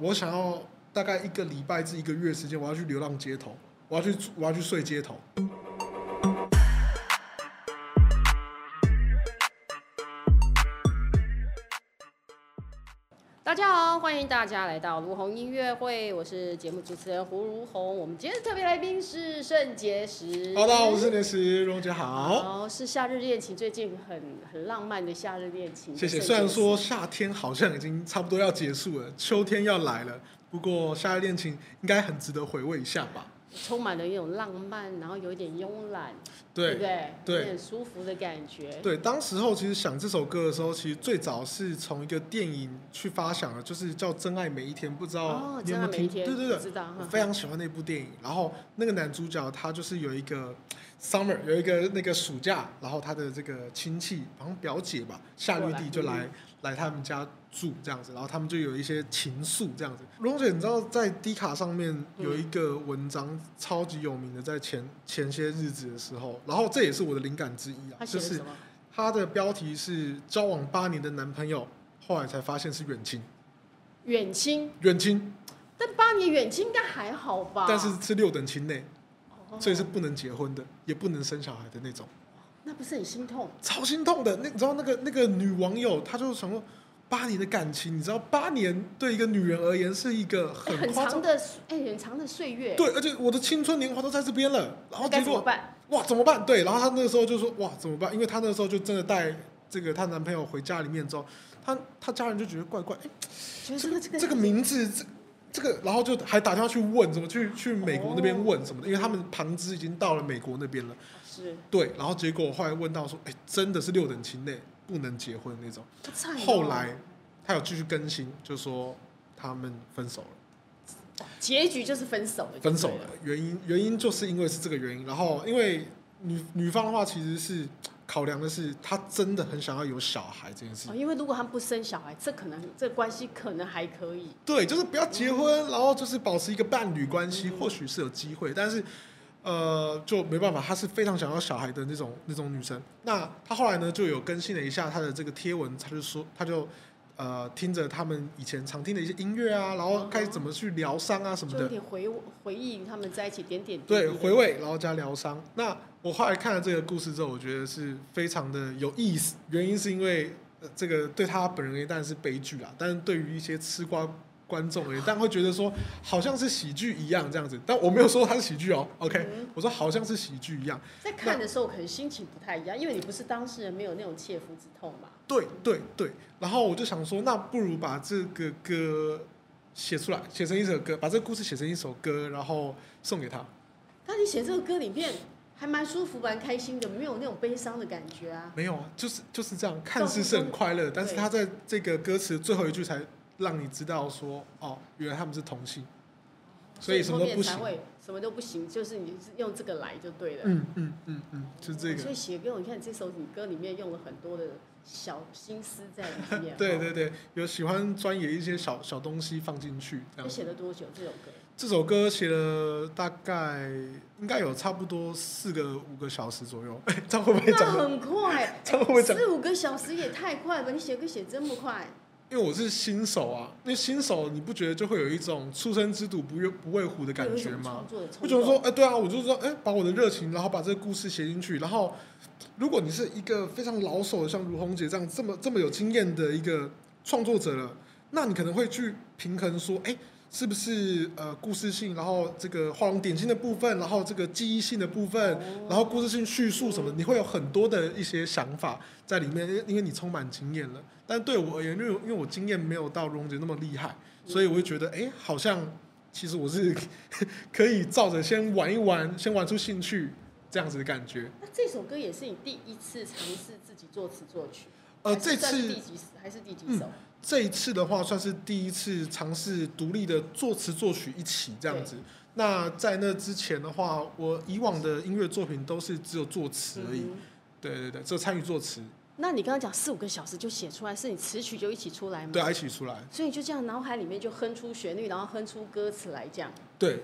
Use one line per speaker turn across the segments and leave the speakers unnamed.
我想要大概一个礼拜至一个月时间，我要去流浪街头，我要去我要去睡街头。
大家好，欢迎大家来到卢红音乐会，我是节目主持人胡如红。我们今天的特别来宾是肾结石。
好，大家好，我是莲石，荣姐好，
好，是夏日恋情，最近很很浪漫的夏日恋情。
谢谢。
肾结石
虽然说夏天好像已经差不多要结束了，秋天要来了，不过夏日恋情应该很值得回味一下吧？
充满了一种浪漫，然后有一点慵懒，不
对
对？
对
有点舒服的感觉。
对，当时候其实想这首歌的时候，其实最早是从一个电影去发想的，就是叫《真爱每一天》，不知道
哦，
你有没
真的
有
每一
听？
天，
对对对
我，知道。
我
哼
非常喜欢那部电影。然后那个男主角他就是有一个 summer，有一个那个暑假，然后他的这个亲戚好像表姐吧，夏绿蒂就
过来
来来他们家住这样子，然后他们就有一些情愫这样子。龙姐，你知道在 D 卡上面
嗯
有一个文章超级有名的，在前前些日子的时候，然后这也是我的灵感之一啊，
他写
就
了
是
什么？
他的标题是交往八年的男朋友，后来才发现是远亲，
远亲，
远亲，
但八年远亲应该还好吧？
但是是六等亲内。
哦，
所以是不能结婚的，也不能生小孩的那种，
那不是很心痛？
超心痛的。那你知道那个那个女网友，她就想说，八年的感情，你知道八年对一个女人而言是一个
哎
很
很
夸张，
长的，哎，很长的岁月。
对，而且我的青春年华都在这边了，然后
该
结
怎么
果
办？
哇怎么办？对，然后她那个时候就说哇怎么办？因为她那个时候就真的带这个她男朋友回家里面之后，她她家人就觉得怪怪，哎、这
就是
个
这个
这个名字这。这个，然后就还打电话去问，怎么去去美国那边
哦
问什么的，因为他们旁支已经到了美国那边了。
是
对，然后结果后来问到说，哎，真的是六等亲内不能结婚那种。
好惨哦
后来他有继续更新，就说他们分手了，
结局就是分手了，
分手
就对
了。。原因原因就是因为是这个原因，然后因为女女方的话其实是考量的是她真的很想要有小孩这件事
哦，
情。
因为如果他们不生小孩，这可能这关系可能还可以。
对，就是不要结婚，然后就是保持一个伴侣关系，或许是有机会，但是。呃，就没办法，她是非常想要小孩的那种那种女生。那她后来呢，就有更新了一下她的这个贴文，她就说，她就呃听着他们以前常听的一些音乐啊，然后开始怎么去疗伤啊什么
就有
的，
点回回忆他们在一起点点滴滴
对，
的
回味，然后加疗伤。那我后来看了这个故事之后，我觉得是非常的有意思，原因是因为、呃、这个对她本人而言当然是悲剧啦，但是对于一些吃瓜。观众而言，但会觉得说好像是喜剧一样这样子，但我没有说它是喜剧哦，OK，、
嗯
我说好像是喜剧一样，
在看的时候可能心情不太一样，因为你不是当事人，没有那种切肤之痛嘛。
对对对，然后我就想说，那不如把这个歌写出来，写成一首歌，把这个故事写成一首歌，然后送给他。
但你写这个歌里面还蛮舒服、蛮开心的，没有那种悲伤的感觉啊。
没有啊，就是就是这样，看似是很快乐，但是他在这个歌词最后一句才让你知道说，哦，原来他们是同性，所以什么
后
都
面
不
才
行。
会什么都不行，就是你是用这个来就对了。
嗯嗯嗯嗯，就这
所
个。
以写歌，你看这首你歌里面用了很多的小心思在里 面。哦
对对对，有喜欢钻研一些小小东西放进去，这
你
样子。
写了多久这首歌？
这首歌写了大概应该有差不多四个五个小时左右， 这样会不会
那
讲得？
很快，
这样会不会 讲得？
四五个小时也太快了，你写歌写这么快，
因为我是新手啊，那新手你不觉得就会有一种初生之犊不畏不畏虎的感
有一
觉
种
吗
创？作的
我
冲
觉得
动。
说，哎、对啊，我就说，哎、把我的热情，然后把这个故事写进去。然后，如果你是一个非常老手的，像如红姐这样这么这么有经验的一个创作者了，那你可能会去平衡说，哎、是不是呃故事性，然后这个画龙点睛的部分，然后这个记忆性的部分，
哦
然后故事性叙述什么，你会有很多的一些想法在里面，因为因为你充满经验了。但对我而言，因为因为我经验没有到荣姐那么厉害，所以我会觉得，哎、好像其实我是可以照着先玩一玩，先玩出兴趣这样子的感觉。
那这首歌也是你第一次尝试自己作词作曲？
呃，
还是
这
算是
次嗯
第几还是第几首？嗯
这一次的话，算是第一次尝试独立的作词作曲一起这样子。那在那之前的话，我以往的音乐作品都是只有作词而已。
嗯
对对对，只有参与作词，
那你刚刚讲四五个小时就写出来，是你词曲就一起出来吗？
对，啊，一起出来。
所以你就这样脑海里面就哼出旋律，然后哼出歌词来讲。
对，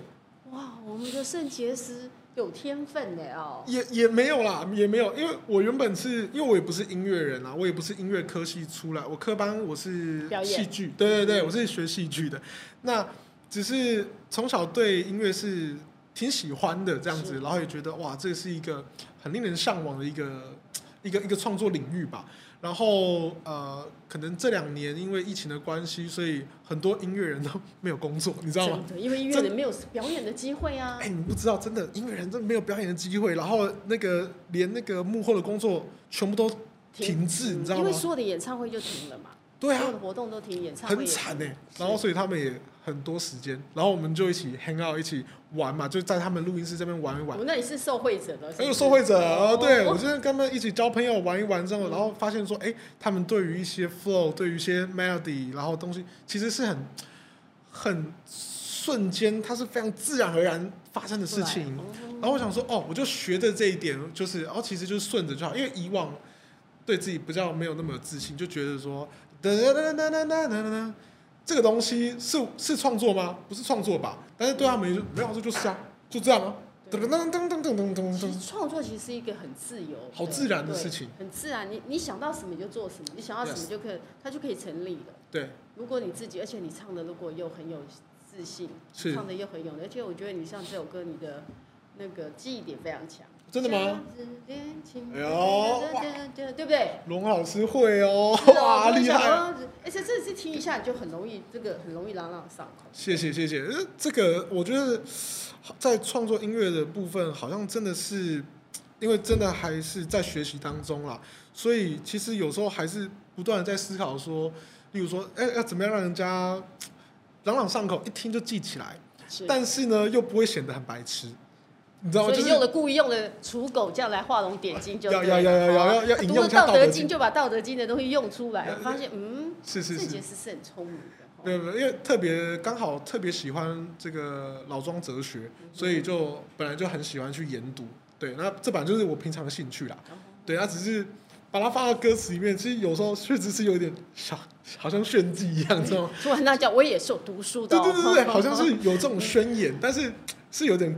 哇，我们的肾结石有天分的哦。
也也没有啦，也没有，因为我原本是因为我也不是音乐人啊，我也不是音乐科系出来，我科班我是
表演
戏剧，对对对，我是学戏剧的。那只是从小对音乐是挺喜欢的这样子，
是
然后也觉得哇，这是一个很令人向往的一个一个一个创作领域吧。然后呃，可能这两年因为疫情的关系，所以很多音乐人都 没有工作，你知道吗？
真的，因为音乐人没有表演的机会啊
哎、。你不知道，真的音乐人真的没有表演的机会，然后那个连那个幕后的工作全部都停滞，你知道
嗯因
吗
为？所有的演唱会就停了嘛，
对
所有
啊
的，活动都停，演唱会
很
也
惨哎、
停
然后所以他们也很多时间，然后我们就一起 hang out，一起玩嘛，就在他们录音室这边玩一
我
玩。
们那里是受惠者的，
还有受惠者，
哦
哦、对我真的跟他们一起交朋友玩一玩之后，
嗯
然后发现说，哎、他们对于一些 flow，对于一些 melody，然后东西其实是很很瞬间，它是非常自然而然发生的事情。然后我想说，哦，我就学着这一点，就是，然、后其实就是顺着就好，因为以往对自己比较没有那么有自信，就觉得说，哒哒哒哒哒哒哒哒哒，这个东西是是创作吗？不是创作吧？但是对他们也就没有说就是啊，就这样啊，噔噔噔噔噔噔噔噔
其
噔
实，创作其实是一个很自由、
好自然的
对
事情，
很自然。你你想到什么你就做什么，你想到什么
Yes
就可以，它就可以成立的。
对，
如果你自己，而且你唱的如果又很有自信，
是
唱的又很有，而且我觉得你像这首歌，你的那个记忆点非常强。
真的吗？？哎呦
对不对？
龙老师会哦，
啊
哇，厉害！！
而且这次听一下你就很容易，这个很容易朗朗上口。
谢谢谢谢，呃这个我觉得在创作音乐的部分，好像真的是因为真的还是在学习当中啦，所以其实有时候还是不断的在思考说，例如说，哎，要怎么样让人家朗朗上口，一听就记起来，
是，
但是呢又不会显得很白痴，你知道吗？
所
就
以
是
用了故意用了刍狗这样来画龙点睛，就
要
对
要要要
了
要
好
要要引
读
用
了
一
《
下
道
道德经
经》，就把《道德经》的东西用出来，发现嗯，
是是
郑
是
杰。是是很聪明的。
没有没有，因为特别刚好特别喜欢这个老庄哲学，所以就本来就很喜欢去研读。对，那这本来就是我平常的兴趣啦。对，那只是把它放到歌词里面，其实有时候确实是有点小，好像炫技一样，知道吗？
说完那叫我也是有读书的
对
哦，
对对对，好像是有这种宣言，但是是有点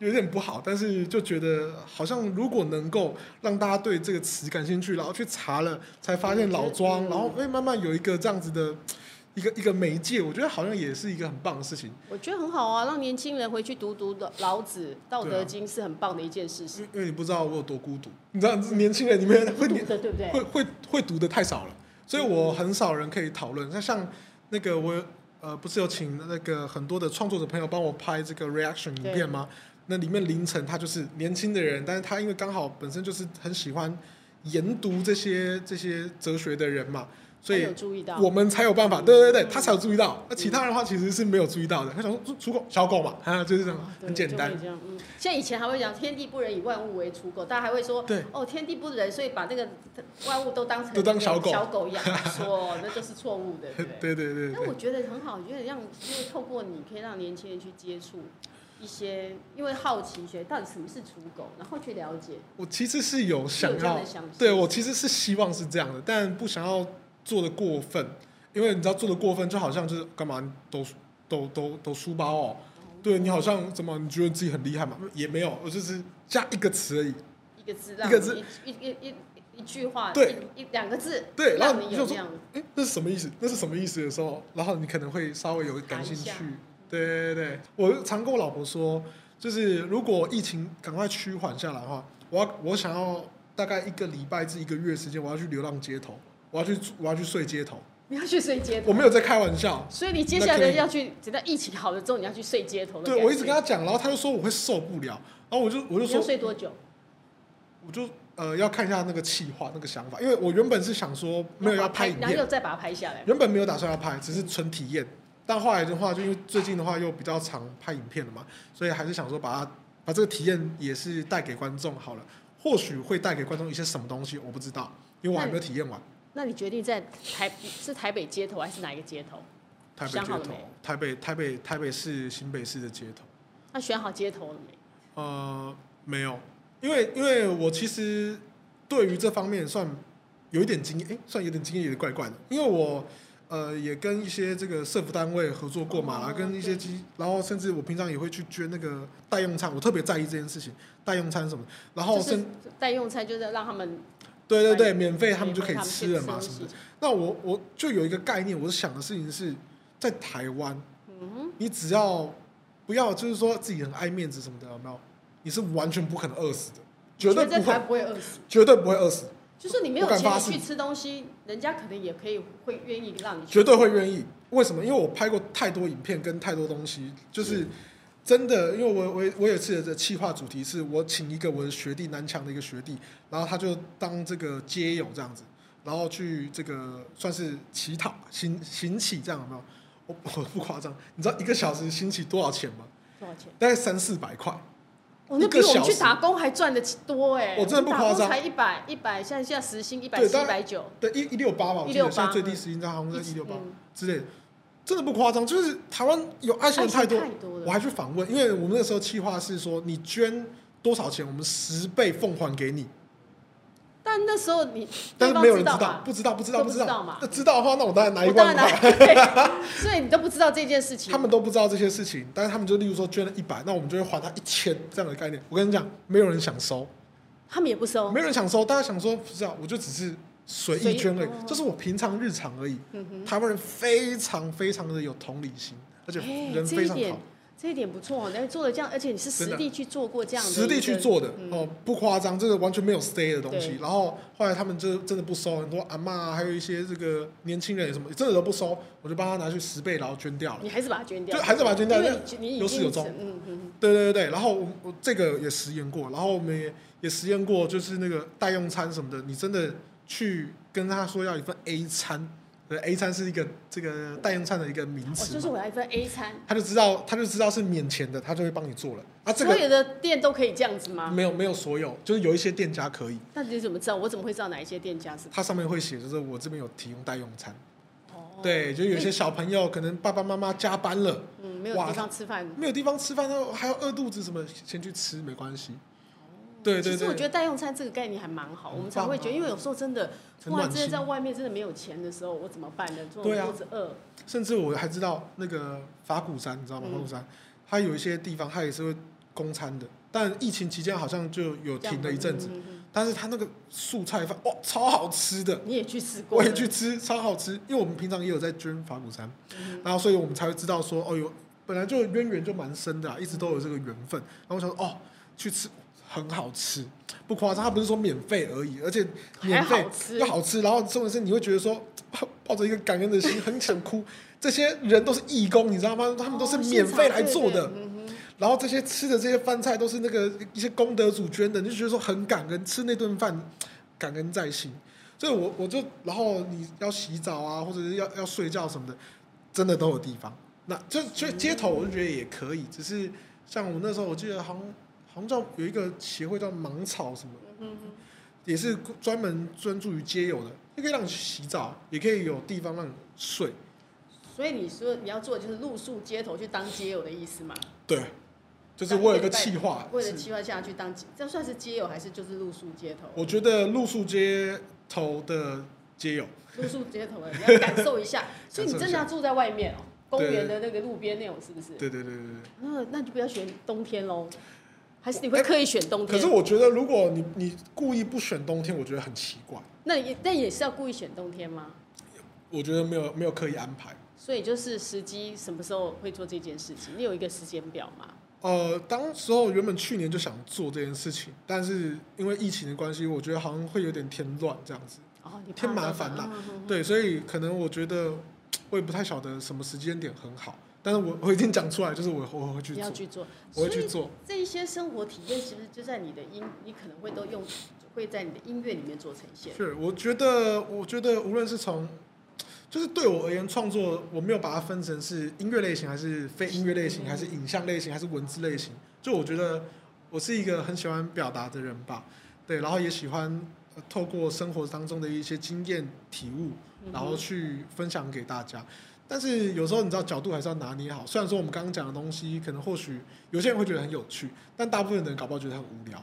有点不好，但是就觉得好像如果能够让大家对这个词感兴趣，然后去查了，才发现老庄，
嗯
然后哎慢慢有一个这样子的一个一个媒介，我觉得好像也是一个很棒的事情。
我觉得很好啊，让年轻人回去读读老老子《道德经》是很棒的一件事
因
情。
为因为你不知道我有多孤独，你知道年轻人里面会
读的对不对？
会会会读的太少了，所以我很少人可以讨论。那像那个我呃不是有请那个很多的创作者朋友帮我拍这个 reaction 影
对
片吗？那里面凌晨他就是年轻的人，但是他因为刚好本身就是很喜欢研读这些这些哲学的人嘛，所
他
以
有注意到嗯
我们才有办法，对对对，他才有注意到。那其他人的话其实是没有注意到的。他想说刍狗小狗嘛，啊就是这样，
哦对
很简单
就。会这样嗯，像以前还会讲“天地不仁，以万物为刍狗”，大家还会说
对，
哦，天地不仁，所以把那个万物都当成
都当小狗
小狗一样说，哦那就是错误的，对不
对
对？
对对
但
对
我，觉得很好，我觉得让因为透过你可以让年轻人去接触一些，因为好奇学到底什么是刍狗，然后去了解，
我其实是有
有
想
这样
要
的想法。
对我其实是希望是这样的，但不想要做的过分，因为你知道做的过分就好像就是干嘛你抖抖抖抖书包哦，对你好像怎么你觉得自己很厉害嘛？也没有，我就是加一个词而已。
一个字让
一个字
你一一一一一句话，
对
一一两个字，
对然后
让你
你
有
就
这
说
样的
哎，那是什么意思？那是什么意思的时候，然后你可能会稍微有感兴趣
查一下。
对对对，我常跟我老婆说，就是如果疫情赶快趋缓下来的话，我要我想要大概一个礼拜至一个月时间，我要去流浪街头，我要去我要去睡街头，
你要去睡街头
我，没有在开玩笑。
所以你接下来要去，等到疫情好了之后，你要去睡街头的感觉。
对，我一直跟她讲，然后她就说我会受不了，然后我就我就
你要
说
睡多久？
我就呃要看一下那个企划那个想法，因为我原本是想说没有要拍影
然后
片，
又再把它拍下来。
原本没有打算要拍，只是纯体验。但后来的话，就因为最近的话又比较常拍影片了嘛，所以还是想说把它把这个体验也是带给观众好了，或许会带给观众一些什么东西，我不知道，因为我还没有体验完
那你决定在台是台北街头还是哪一个街头？
台北街
想好了
头
没、
台北台北台北市、新北市的街头。
那选好街头了没？
呃，没有，因为因为我其实对于这方面算有一点经验，诶，算有点经验，有点怪怪的。因为我呃，也跟一些这个社服单位合作过嘛，
哦
然后跟一些
对
机，然后甚至我平常也会去捐那个代用餐，我特别在意这件事情，代用餐什么，然后
就是
甚
代用餐，就是让他们
对对
代
对，免费他
免
们就可
费
以
他们
吃了
去
嘛
吃
什么
东
的
西。
那我我就有一个概念，我想的事情是在台湾，
嗯哼，
你只要不要就是说自己很爱面子什么的，有没有？你是完全不可能饿死的，绝对
我觉得
不
在
会，
台湾不会饿死。
绝对不会饿死，
就是你没有
我敢
钱
发
你
誓
去吃东西，人家可能也可以会愿意让你去。
绝对会愿意。为什么？因为我拍过太多影片跟太多东西，就是真的，因为我我我有一次的企划主题是我请一个我的学弟南强的一个学弟，然后他就当这个街友这样子，然后去这个算是乞讨行行乞这样有没有？我我不夸张，你知道一个小时行乞多少钱吗？
多少钱？
大概三四百块。
我那
一
比
个
我们
小
去
时
打工还赚的多哎、
我真的不
打
夸
工
张
才一百一百，像现在时薪一百
对
七、
当
一百
然
九，
对，一一六八吧，我记
168
得现在最低
嗯
时薪在好像在一六八
嗯
之类的，真的不夸张。就是台湾有爱心人太多，
太多
我
了。
还去访问，因为我们那时候计划是说，你捐多少钱，我们十倍奉还给你。
但那时候你，
但是
对方
没有人
知
知道
吧，
不知道，不知
都
道，
不
知
知道嘛
那知道的话，那我当然拿一
我当
万
然拿
块。
啊 对所以你都不知道这件事情。
他们都不知道这些事情，但是他们就例如说捐了一百，那我们就会还他一千这样的概念。我跟你讲，没有人想收，
他们也不收
没。有人想收，大家想说不知道，我就只是随
随
意
意
捐而已
哦，
这是我平常日常而已。
嗯哼，
台湾人非常非常的有同理心，而且
哎
人
这
非
一
常
点
好，
这一点不错哦，那做了这样，而且你是
真
实
的
地去做过这样的一个，
实地去做的
嗯
哦，不夸张，这个完全没有 stay 的东
对
西。然后后来他们就真的不收，很多阿嬷啊，还有一些这个年轻人什么，真的都不收，我就帮他拿去十倍，然后捐掉了。
你还是把它捐掉，
就还是把它捐掉
因为
那
你你已
有始
经
有终
嗯嗯，
对对对对，然后我我这个也实验过，然后我们也也实验过，就是那个代用餐什么的，你真的去跟他说要一份 A 餐，呃，A 餐是一个这个代用餐的一个名
嗯哦，
词
就
嘛，
是我要一份 A 餐，
他就知道他就知道是免钱的，他就会帮你做了。啊，这
所
个
有的店都可以这样子吗？
没有没有所有，就是有一些店家可以，
那你怎么知道？我怎么会知道哪一些店家是？
它上面会写就是我这边有提供代用餐。
哦，
对，就有些小朋友可能爸爸妈妈加班了，
嗯，没有
哇
地方吃饭。
没有地方吃饭，他还要饿肚子什么，先去吃没关系。对对
哦其实我觉
对，
得代用餐这个概念还蛮好，
很
我们常会觉得，
棒啊
因为有时候真的，
很
哇，
暖
真的
心
在。外面真的没有钱的时候，我怎么办呢？这
对
种
啊
肚子饿，
甚至我还知道那个法鼓山，你知道吗？
嗯
法鼓山，它有一些地方它也是会供餐的，但疫情期间好像就有
这样
停了一阵子。
嗯嗯嗯
但是它那个素菜饭哇，超好吃的，
你也去吃过
我
了，
也去吃，超好吃。因为我们平常也有在捐法鼓山，
嗯
然后所以我们才会知道说，哦有本来就渊源就蛮深的啦，啊一直都有这个缘分。然后我想说，哦，去吃很好吃，不夸张，它不是说免费而已，而且
还
免费
好吃
又，好吃。然后重点是你会觉得说，抱抱着一个感恩的心，很想哭。这些人都是义工，你知道吗？他们都是
哦
免费来做，
现
的
场，对对嗯哼
然后这些吃的这些饭菜都是那个一些功德主捐的，你就觉得说很感恩，吃那顿饭感恩在心。所以我我就然后你要洗澡啊，或者是要要睡觉什么的，真的都有地方。那就所以街头我就觉得也可以，只是像我那时候我记得好像好像叫有一个协会叫芒草什么，
嗯哼嗯
也是专门专注于街友的，也可以让你去洗澡，也可以有地方让你睡。
哼所以你说你要做的就是露宿街头去当街友的意思嘛？
对，就是我有一个气划，
为了
是
计划下去当街，这算是街友还是就是露宿街头？
我觉得露宿街头的街友，
露宿街头的，你要感受 一下。所以你真的要住在外面哦，公
对
园的那个路边那种是不是？
对对对对对。
那那你就不要选冬天喽，还是你会刻意选冬
哎可
天？
是我觉得，如果你你故意不选冬天，我觉得很奇怪。
那也但也是要故意选冬天吗？
我觉得没有没有刻意安排。
所以就是时机什么时候会做这件事情，你有一个时间表吗？
呃，当时候原本去年就想做这件事情，但是因为疫情的关系，我觉得好像会有点添乱这样子。
哦，你怕
添麻烦啦
到时候。嗯嗯嗯
对，所以可能我觉得我也不太晓得什么时间点很好，但是我我 已经讲出来，就是我我会去
你要
做，
去做，
我
所
会去
以
做。
这一些生活体验其实就在你的音，你可能会都用，会在你的音乐里面做呈现。
是，我觉得，我觉得无论是从，就是对我而言，创作我没有把它分成是音乐类型，还是非音乐类型，还是影像类型，还是文字类型。就我觉得我是一个很喜欢表达的人吧，对，然后也喜欢呃透过生活当中的一些经验体悟，
嗯哼
然后去分享给大家。但是有时候你知道角度还是要拿捏好，虽然说我们刚刚讲的东西，可能或许有些人会觉得很有趣，但大部分人搞不好觉得很无聊，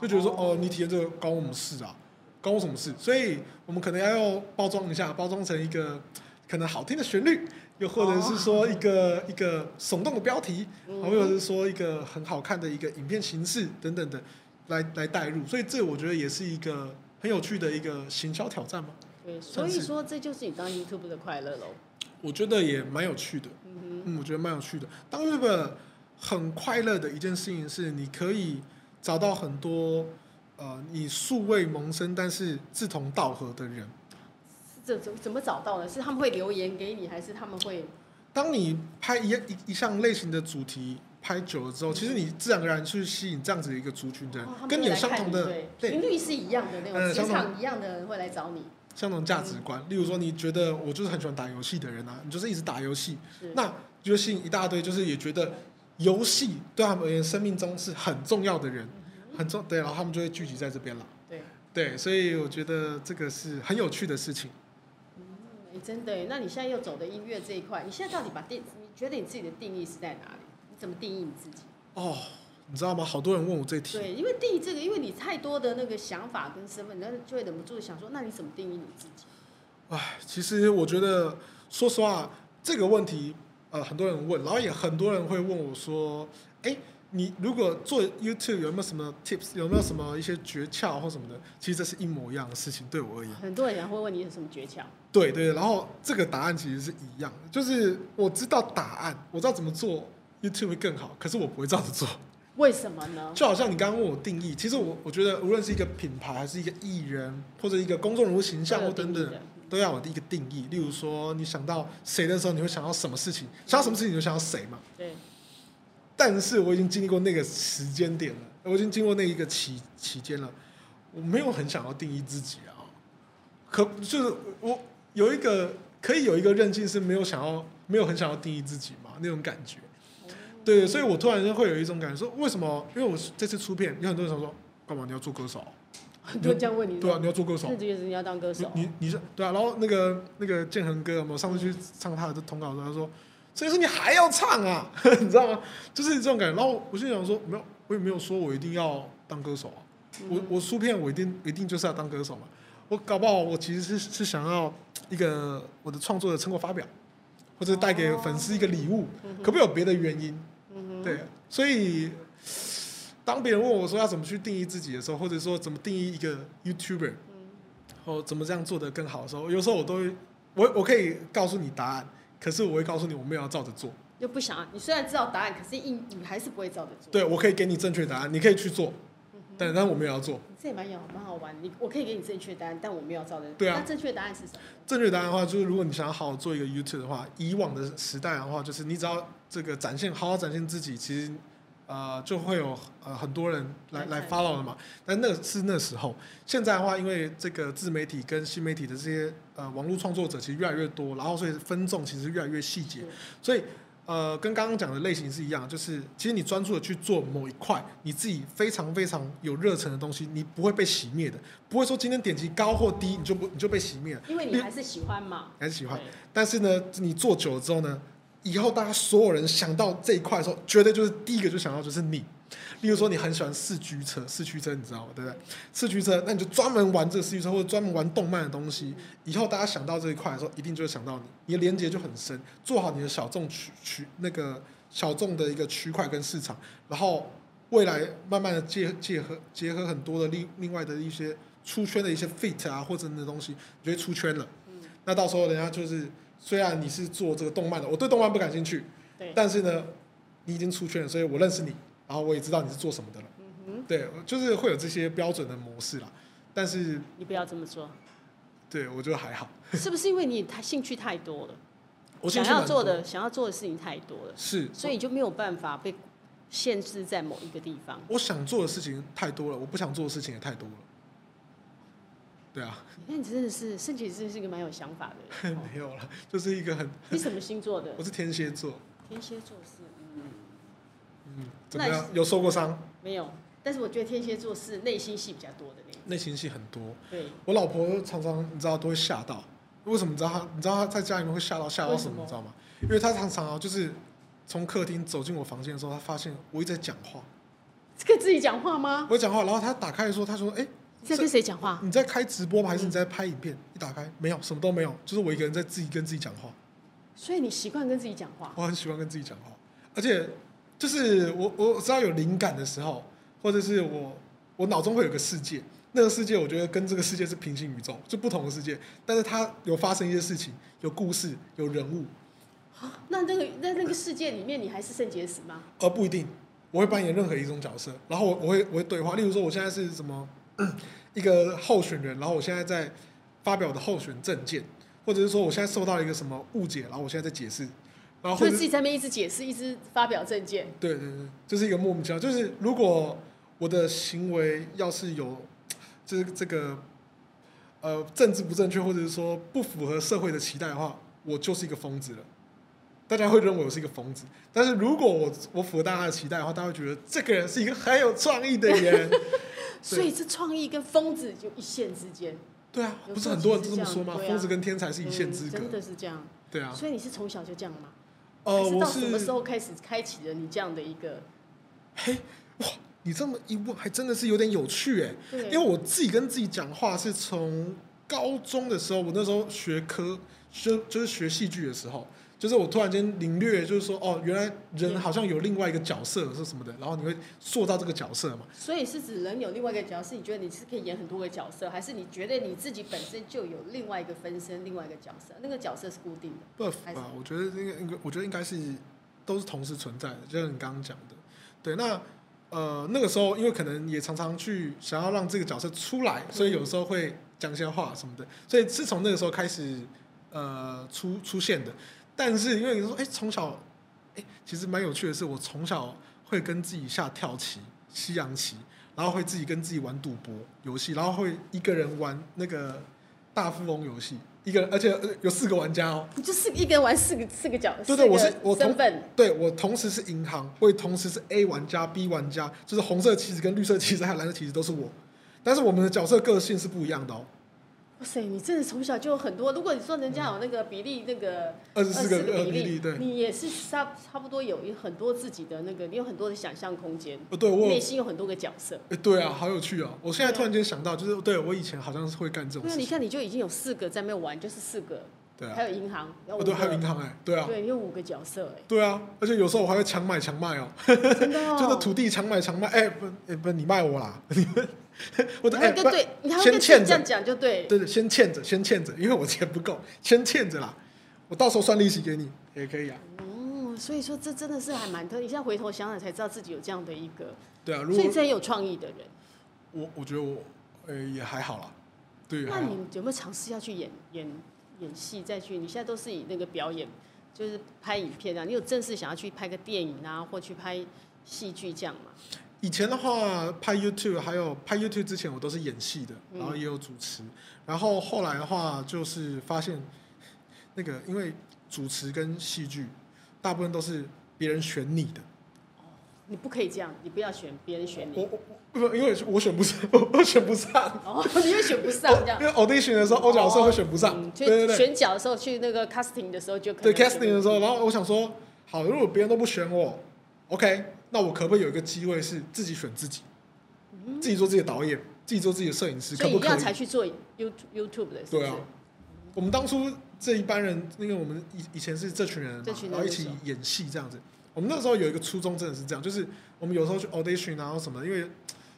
就觉得说
哦
哦，你体验这个关我们事啊，关我什么事？所以我们可能要用包装一下，包装成一个可能好听的旋律，又或者是说一个、一个耸动的标题，
哦嗯
或者是说一个很好看的一个影片形式等等的，来来带入。所以这我觉得也是一个很有趣的一个行销挑战嘛，
对，所
算是
以说这就是你当 YouTube 的快乐喽。
我觉得也蛮有趣的。
嗯
嗯，我觉得蛮有趣的。当 YouTube 很快乐的一件事情是，你可以找到很多呃你素未谋生但是志同道合的人。
哼，这怎怎么找到呢？是他们会留言给你，还是他们会？
当你拍一一一项类型的主题拍久了之后，其实你自然而然去吸引这样子一个族群的人
嗯哦他，们
跟你
会
有
来
相
看
同
你
的
对频率是一样的那种，
呃
磁
相同
场一样的人会来找你。
相同价值观。例如说，你觉得我就是很喜欢打游戏的人啊，你就是一直打游戏，
是，
那就会吸引一大堆，就是也觉得游戏对他们而言生命中是很重要的人，很重对，然后他们就会聚集在这边了。
对，
对，所以我觉得这个是很有趣的事情。
哎、真的耶。那你现在又走的音乐这一块，你现在到底把定，你觉得你自己的定义是在哪里？你怎么定义你自己？
哦，你知道吗？好多人问我这题，
对，因为定义这个，因为你太多的那个想法跟身份，那就会忍不住想说，那你怎么定义你自己？
唉，其实我觉得，说实话，这个问题，呃，很多人问，然后也很多人会问我说，哎，你如果做 YouTube 有没有什么 tips，有没有什么一些诀窍或什么的？其实这是一模一样的事情，对我而言。
很多人也会问你有什么诀窍，
对对，然后这个答案其实是一样的，就是我知道答案，我知道怎么做 YouTube 会更好，可是我不会照着做。
为什么呢？
就好像你刚刚问我定义，其实我我觉得无论是一个品牌，还是一个艺人，或者一个公众人物形象，
都
或
有
等
定义
等，
的。
都要有一个定义。例如说，你想到谁的时候，你会想到什么事情；想到什么事情，你就想到谁嘛。
对，
但是我已经经历过那个时间点了，我已经经过那一个期期间了，我没有很想要定义自己啊。可就是我有一个可以有一个韧劲，是没有想要没有很想要定义自己嘛那种感觉。对，所以我突然间会有一种感觉，说为什么？因为我这次出片，有很多人想说，干嘛你要做歌手？
很多人这样问你，
对啊，，你要做歌手
甚。至就是你要当歌手，
你你你是对啊，然后那个那个建恒哥有没有上次去唱他的通告的时候，他说，所以说你还要唱啊， 你知道吗？就是这种感觉。然后我就想说，没有，我也没有说我一定要当歌手啊，
嗯
我我出片我一定一定就是要当歌手嘛。我搞不好我其实是是想要一个我的创作的成果发表，或者带给粉丝一个礼物，
哦嗯哼
可不可以有别的原因？
嗯哼，
对，啊所以当别人问我说要怎么去定义自己的时候，或者说怎么定义一个 YouTuber，哦，怎么这样做得更好的时候，有时候我都会，我我可以告诉你答案，可是我会告诉你我没有要照着做。
又不想，你虽然知道答案，可是硬你还是不会照着做。
对，我可以给你正确答案，你可以去做，但但我没有要做。
这也蛮有蛮好玩。你我可以给你正确答案，但我没有照着。
对啊
那正确答案是什么？
正确答案的话，就是如果你想要好好做一个 YouTube 的话，以往的时代的话，就是你只要这个展现好好展现自己，其实呃就会有呃很多人来
来
来
看
follow 了嘛。但那是那时候，现在的话，因为这个自媒体跟新媒体的这些呃网络创作者其实越来越多，然后所以分众其实越来越细节
嗯，
所以。呃，跟刚刚讲的类型是一样，就是其实你专注的去做某一块你自己非常非常有热忱的东西，你不会被熄灭的，不会说今天点击高或低你就不你就被熄灭了，
因为你还是喜欢嘛。
你还是喜欢。
对
但是呢，你做久了之后呢，以后大家所有人想到这一块的时候，绝对就是第一个就想到就是你。例如说，你很喜欢四驱车，四驱车你知道吗？对不对？四驱车，那你就专门玩这个四驱车，或者专门玩动漫的东西。以后大家想到这一块的时候，一定就会想到你，你的连接就很深。做好你的小众区区那个小众的一个区块跟市场，然后未来慢慢的结结合结合很多的另另外的一些出圈的一些 fit 啊或者那东西，你就会出圈了。那到时候人家就是，虽然你是做这个动漫的，我对动漫不感兴趣，
对，
但是呢，你已经出圈了，所以我认识你，然后我也知道你是做什么的了。
嗯哼，
对，就是会有这些标准的模式啦。但是
你不要这么做，
对我觉得还好，
是不是因为你太兴趣太多了，
我
想
兴趣
要
蛮
做
多
的想要做的事情太多了，
是，
所以你就没有办法被限制在某一个地方。
我想做的事情太多了，我不想做的事情也太多了。对啊，
那你真的是，圣姐真的是一个蛮有想法的人。哦
没有了，就是一个很，
你什么星座的
我？是天蝎座，
天蝎座是，嗯，
嗯，怎么
那
样？有受过伤，
没有。但是我觉得天蝎座是内心戏比较多的那个。
内心戏很多。
对，
我老婆常常你知道都会吓到，为什么你知道她？你知道她在家里面会吓到吓到什么？
为什么
你知道吗？因为她常常啊就是从客厅走进我房间的时候，她发现我一直在讲话，
这个自己讲话吗？
我在讲话，然后她打开的时候，她说：“哎、
在跟谁讲话？
你在开直播吗？还是你在拍影片？一打开没有，什么都没有，就是我一个人在自己跟自己讲话。
所以你习惯跟自己讲话，
我很喜欢跟自己讲话，而且就是我我只要有灵感的时候，或者是我我脑中会有个世界，那个世界我觉得跟这个世界是平行宇宙，就不同的世界，但是它有发生一些事情，有故事，有人物，
那那个在那个世界里面，你还是肾结石吗？
而不一定我会扮演任何一种角色，然后我我会我会对话，例如说我现在是什么一个候选人，然后我现在在发表我的候选证件，或者是说我现在受到了一个什么误解，然后我现在在解释，然啊后或
所以
者
自
是
己在那边一直解释，一直发表证件。
对对对，就是一个莫名其妙。就是如果我的行为要是有，就是这个呃政治不正确，或者是说不符合社会的期待的话，我就是一个疯子了。大家会认为我是一个疯子，但是如果我我符合大家的期待的话，大家会觉得这个人是一个很有创意的 人。
所以这创意跟疯子就一线之间，
对啊，
有
不是
时候
很多人
其
都
实
这么
是这
说
样
吗？
对啊
疯子跟天才是一线
嗯
之隔
真。的是这样。
对啊，
所以你是从小就这样吗？
呃，
还是
我
到什么
是
时候开始开启了你这样的一个？
你这么一问，还真的是有点有趣哎、
对，
因为我自己跟自己讲话是从高中的时候，我那时候学科就就是学戏剧的时候，就是我突然间领略，就是说哦，原来人好像有另外一个角色是什么的，然后你会塑造这个角色嘛。
所以是指人有另外一个角色，你觉得你是可以演很多个角色，还是你觉得你自己本身就有另外一个分身，另外一个角色？那个角色是固定的。
buff
还是
吧，我觉得应该应该，我觉得应该是都是同时存在的，就像你刚刚讲的，对。那呃那个时候，因为可能也常常去想要让这个角色出来，所以有时候会讲一些话什么的，所以是从那个时候开始呃出出现的。但是因为你说，哎、从小，哎、其实蛮有趣的是，我从小会跟自己下跳棋、西洋棋，然后会自己跟自己玩赌博游戏，然后会一个人玩那个大富翁游戏，一个人，而且呃有四个玩家哦。
你就是一个人玩四个四个角，
对
四
对
个
我是我同
身份，
对我同时是银行，我也同时是 A 玩家、B 玩家，就是红色旗子跟绿色旗子还有蓝色旗子都是我，但是我们的角色个性是不一样的哦。
哇塞，你真的从小就有很多。如果你说人家有那个比例，那个
二十四个
24
呃
比
比例，对，
你也是差差不多有一很多自己的那个，你有很多的想象空间，
哦对我
内
有，
心有很多个角色。
诶对啊，好有趣哦！我现在
对啊
突然间想到，就是对我以前好像是会干这种
对啊，
事
你
情，
看你就已经有四个在那边玩，就是四个，
对啊，
还有银行，然后
哦
五
对，还有
个
银行哎，对啊，
对，你有五个角色 哎、
对啊，而且有时候我还会强买强卖哦，
真的、哦，
就那土地强买强卖，哎不哎不你卖我啦， 你我的
你
哎
还跟
不
对，你还会
先
跟自己
欠着
这样讲就对，
对对，先欠着，先欠着，因为我钱不够，先欠着啦。我到时候算利息给你也可以啊。
嗯，所以说这真的是还蛮特，你现在回头想想才知道自己有这样的一个，
对啊，如
所
果
以这很有创意的人。
我我觉得我呃也还好啦，对，也
那
还好。
你有没有尝试要去演演演戏，再去？你现在都是以那个表演，就是拍影片啊，你有正式想要去拍个电影啊，或去拍戏剧这样吗？
以前的话拍 YouTube，还有拍 YouTube 之前我都是演戏的，
嗯
然后也有主持，然后后来的话就是发现那个因为主持跟戏剧大部分都是别人选你的，
你不可以这样，你不要选别人选
我
你，
我我不因为我选不上， 我我选不上，
哦， 你会选不上这样
因。为 audition 的时候，我角色会选不上，
哦嗯
对对
去
对。
选角的时候，去那个 casting 的时候就可
对
能
casting 的时候，然后我想说，好，如果别人都不选我，OK，那我可不可以有一个机会是自己选自己，自己做自己的导演，自己做自己的摄影师，
嗯所
可
以
不
你
可
要才
以？
去做 You YouTube 的，是不是
对啊，我们当初这一班人，因为我们以以前是这群人嘛
这群人
然后一
那
起
时候
演戏这样子。我们那时候有一个初衷真的是这样，就是我们有时候去 audition 然后什么的，因为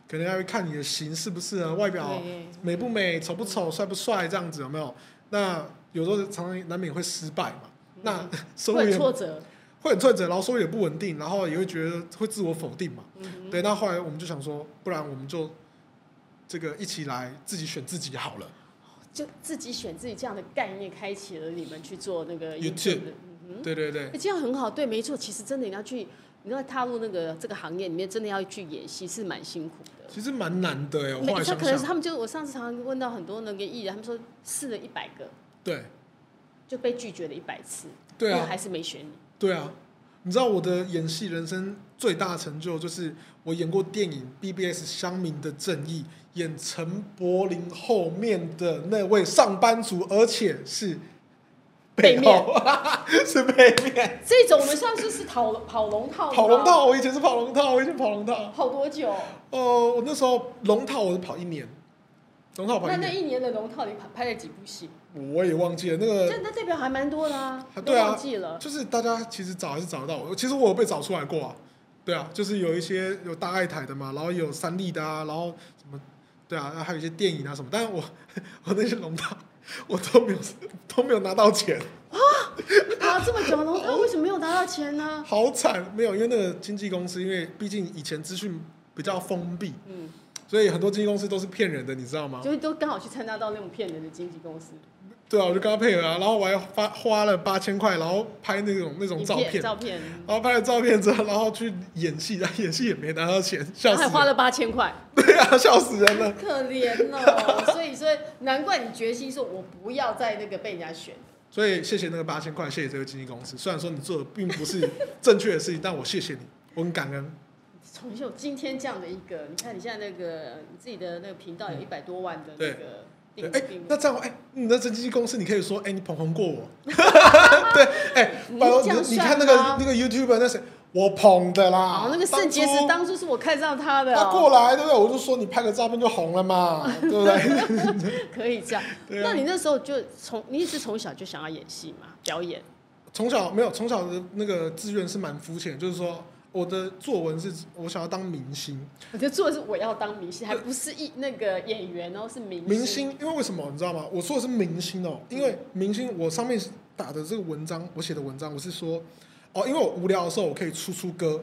可能要看你的型是不是啊，外表
嗯对
美不美、丑不丑、帅不帅这样子，有没有？那有时候常常难免会失败嘛，那 收入
嗯会
也
很挫折，
会很挫折，然后收入也不稳定，然后也会觉得会自我否定嘛。
嗯
对，那后来我们就想说，不然我们就这个一起来自己选自己好了。
就自己选自己这样的概念，开启了你们去做那个
YouTube
YouTube 的。嗯哼
对对对
欸，这样很好，对，没错。其实真的你要去，你要踏入那个这个行业里面，真的要去演戏是蛮辛苦的。
其实蛮难的哎，我
每
后来
他
想
可能是
想，
他们就我上次常常问到很多那个艺人，他们说试了一百个
对
就被拒绝了一百次，
对
因为
啊
还是没选你。
对啊，你知道我的演戏人生最大成就就是我演过电影《BBS 乡民的正义》，演陈柏霖后面的那位上班族，而且是
背
背后 是背面
这种我们上次是跑 跑龙套，
跑龙，套，我以前是跑龙套，我以前跑龙套。哦
跑多久？
呃，我那时候龙套我是跑一年，龙套
那
排
那
练，
一年的龙套里拍拍了几部戏？
我也忘记了那个
这那代表还蛮多的啊，
啊
都
对啊
忘记了。
就是大家其实找还是找得到我，其实我有被找出来过啊，对啊，就是有一些有大爱台的嘛，然后也有三立的啊，然后什么，对啊，然后还有一些电影啊什么，但是我 我那些龙套我都没有都没有拿到钱，
你打了啊这么久龙套，为什么没有拿到钱呢？
好惨，没有，因为那个经纪公司，因为毕竟以前资讯比较封闭，
嗯，
所以很多经纪公司都是骗人的，你知道吗？
就是都刚好去参加到那种骗人的经纪公司，
对啊，我就跟他配合啊，然后我还花花了八千块，然后拍那种那种
影
照片
片。照片，
然后拍了照片之后，然后去演戏，然后演戏也没拿到钱，
然
笑
后
死
还
人！
花了八千块，
对啊，笑死人了。
可怜哦。 所以说，难怪你决心说，我不要再那个被人家选。
所以谢谢那个八千块，谢谢这个经纪公司。虽然说你做的并不是正确的事情，但我谢谢你，我很感恩。
重秀今天这样的一个，你看你现在那个你自己的那个频道有一百多万的那
对
个
嗯对
订
哎、
订
那这样，哎、你的经纪公司，你可以说，哎、你捧红过我。 对，哎、
你
拜托
这样
你你
算
看那个
吗
那个 YouTube 那谁，我捧的啦。
哦，那个肾结石
当初
当初是我看上他的、
他过
哦，
来，对不对？我就说你拍个照片就红了嘛， 对不对？
可以这样。
对啊
那你那时候就从你一直从小就想要演戏嘛，表演。
从小没有，从小的那个志愿是蛮肤浅，就是说我的作文是我想要当明星。
我就做的是我要当明星，还不是一那个演员哦，是明星。
明星，因为为什么你知道吗？我说的是明星哦，因为明星我上面打的这个文章，我写的文章，我是说，哦，因为我无聊的时候我可以出出歌，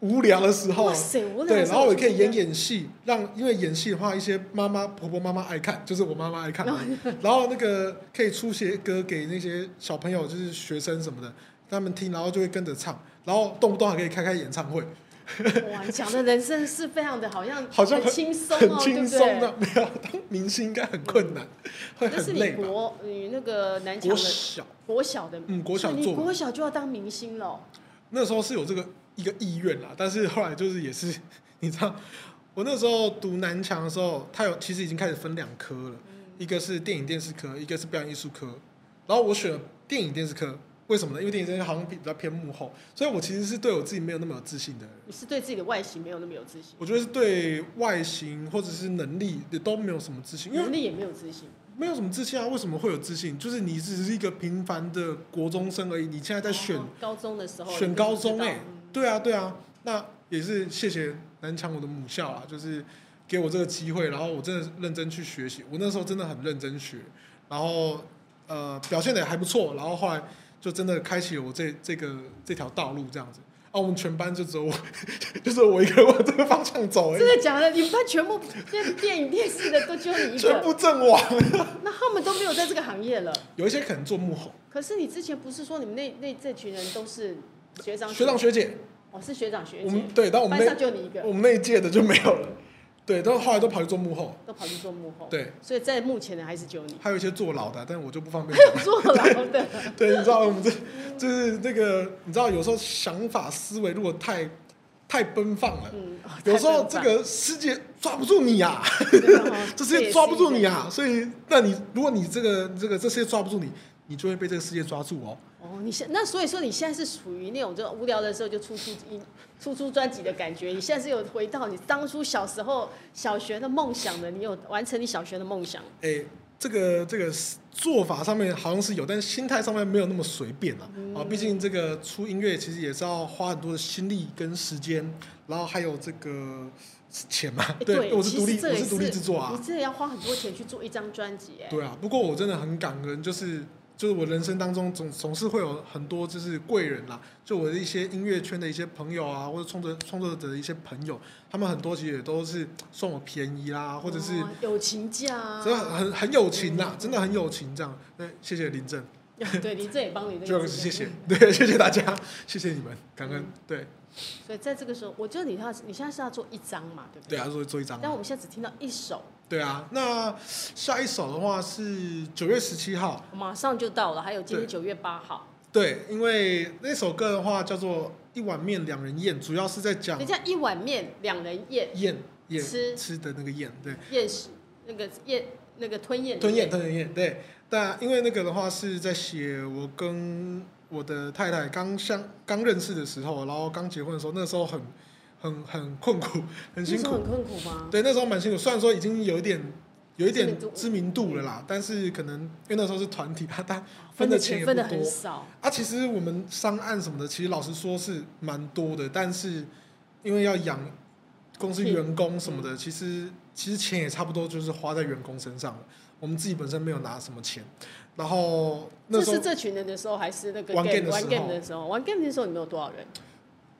无聊的时候
哇，塞，我
对，
那时候
然后我也可以演
就觉
演戏，让因为演戏的话，一些妈妈婆婆妈妈爱看，就是我妈妈爱看，
哦
然后那个可以出些歌给那些小朋友，就是学生什么的，他们听，然后就会跟着唱，然后动不动还可以开开演唱会，
得哇，你讲的人生是非常的好像
好像
很轻松
很
哦，对
轻
不
松啊
对？
的，没有当明星应该很困难，会
那是
很
你
累吧？
国你那个南强
国
的
小。
国小的，
嗯国小
所以你
做的
国小就要当明星了哦。
那时候是有这个一个意愿啦，但是后来就是也是 你知道，我那时候读南强的时候，它有其实已经开始分两科了，
嗯
一个是电影电视科，一个是表演艺术科。然后我选了电影电视科，为什么呢？因为电影电视科好像比较偏幕后，所以我其实是对我自己没有那么有自信的人。
你是对自己的外形没有那么有自信，
我觉得是对外形或者是能力也都没有什么自信，因为
能力也没有自信。
没有什么自信啊。为什么会有自信？就是你只是一个平凡的国中生而已，你现在在选
哦高中的时候，
选高中哎、
哎、
对啊对啊，那也是谢谢南强我的母校啊，就是给我这个机会，然后我真的认真去学习，我那时候真的很认真学，然后呃表现的也还不错，然后后来就真的开启了我这这个这条道路这样子。啊，我们全班就只有我，就只有我一个人往这个方向走、欸，
真的假的？你们班全部电电影、电视的都只有你一
全
个，
部阵亡。
那他们都没有在这个行业了。
有一些可能做幕后，
可是你之前不是说你们那那这群人都是学长
学长学姐，
我、哦、是学长学
我
姐
们，对，但我们
班上
那
就你一个，
我们那一届的就没有了，对，但后来都跑去做幕后，
都跑去做幕后。，
对，
所以在目前的还是只有你
还有一些坐牢的，但我就不方便讲。
做牢的。
对，你知道我们这就是那个，你知道有时候想法思维如果太太奔放了，
嗯，哦
有时候
太
这
笨了
个世界抓不住你 啊，
真的哦
这世界抓不住你啊，所以那你如果你这个这个这世界抓不住你，你就会被这个世界抓住哦。
哦，你现那所以说你现在是属于那种就无聊的时候就出出一出出专辑的感觉，你现在是有回到你当初小时候小学的梦想的，你有完成你小学的梦想，
哎，这个这个做法上面好像是有，但是心态上面没有那么随便了、啊。毕竟这个出音乐其实也是要花很多的心力跟时间，然后还有这个钱嘛。
哎
对，我是
其
独
实
立，
这
我
也
是独立制作啊。
你这也要花很多钱去做一张专辑哎，
对啊，不过我真的很感恩，就是就是我人生当中总总是会有很多就是贵人啦，就我的一些音乐圈的一些朋友啊，或者创作创作者的一些朋友，他们很多其实也都是算我便宜啦，啊或者是
哦友情价啊，
真的很很很有情啦，真的很有情这样。那谢谢林正，
对，你这也帮你 那
就
个，
是谢谢，对，谢谢大家，谢谢你们，感恩
嗯。
对
所以在这个时候，我觉得你要你现在是要做一张嘛，对不
对
对？
啊，做做一张。
但我们现在只听到一首，
对啊，那下一首的话是九月十七号，
马上就到了，还有今天
对
九月八号，
对，因为那首歌的话叫做《一碗面两人宴》，主要是在讲
等一下一碗面两人宴
宴宴
吃
吃的那个宴，对，
宴食那个宴那个吞宴的
吞宴吞宴对。但因为那个的话是在写我跟我的太太刚相刚认识的时候，然后刚结婚的时候，那时候很很很困苦，很
那
辛
时候
苦
很，困苦吗？
对，那时候蛮辛苦。虽然说已经有一点有一点
知
知名度了啦，但是可能因为那时候是团体，他他
分
分
的
的钱也
哦分
不
的很
多
少，
啊。其实我们商案什么的，其实老实说是蛮多的，但是因为要养公司员工什么
嗯
的，其实其实钱也差不多就是花在员工身上了。我们自己本身没有拿什么钱，然后那
这
时候
是这群人的时候，还是那个
玩
game
game 的
玩
时
game
候
的时候？玩 game 的时候，你们有多少人？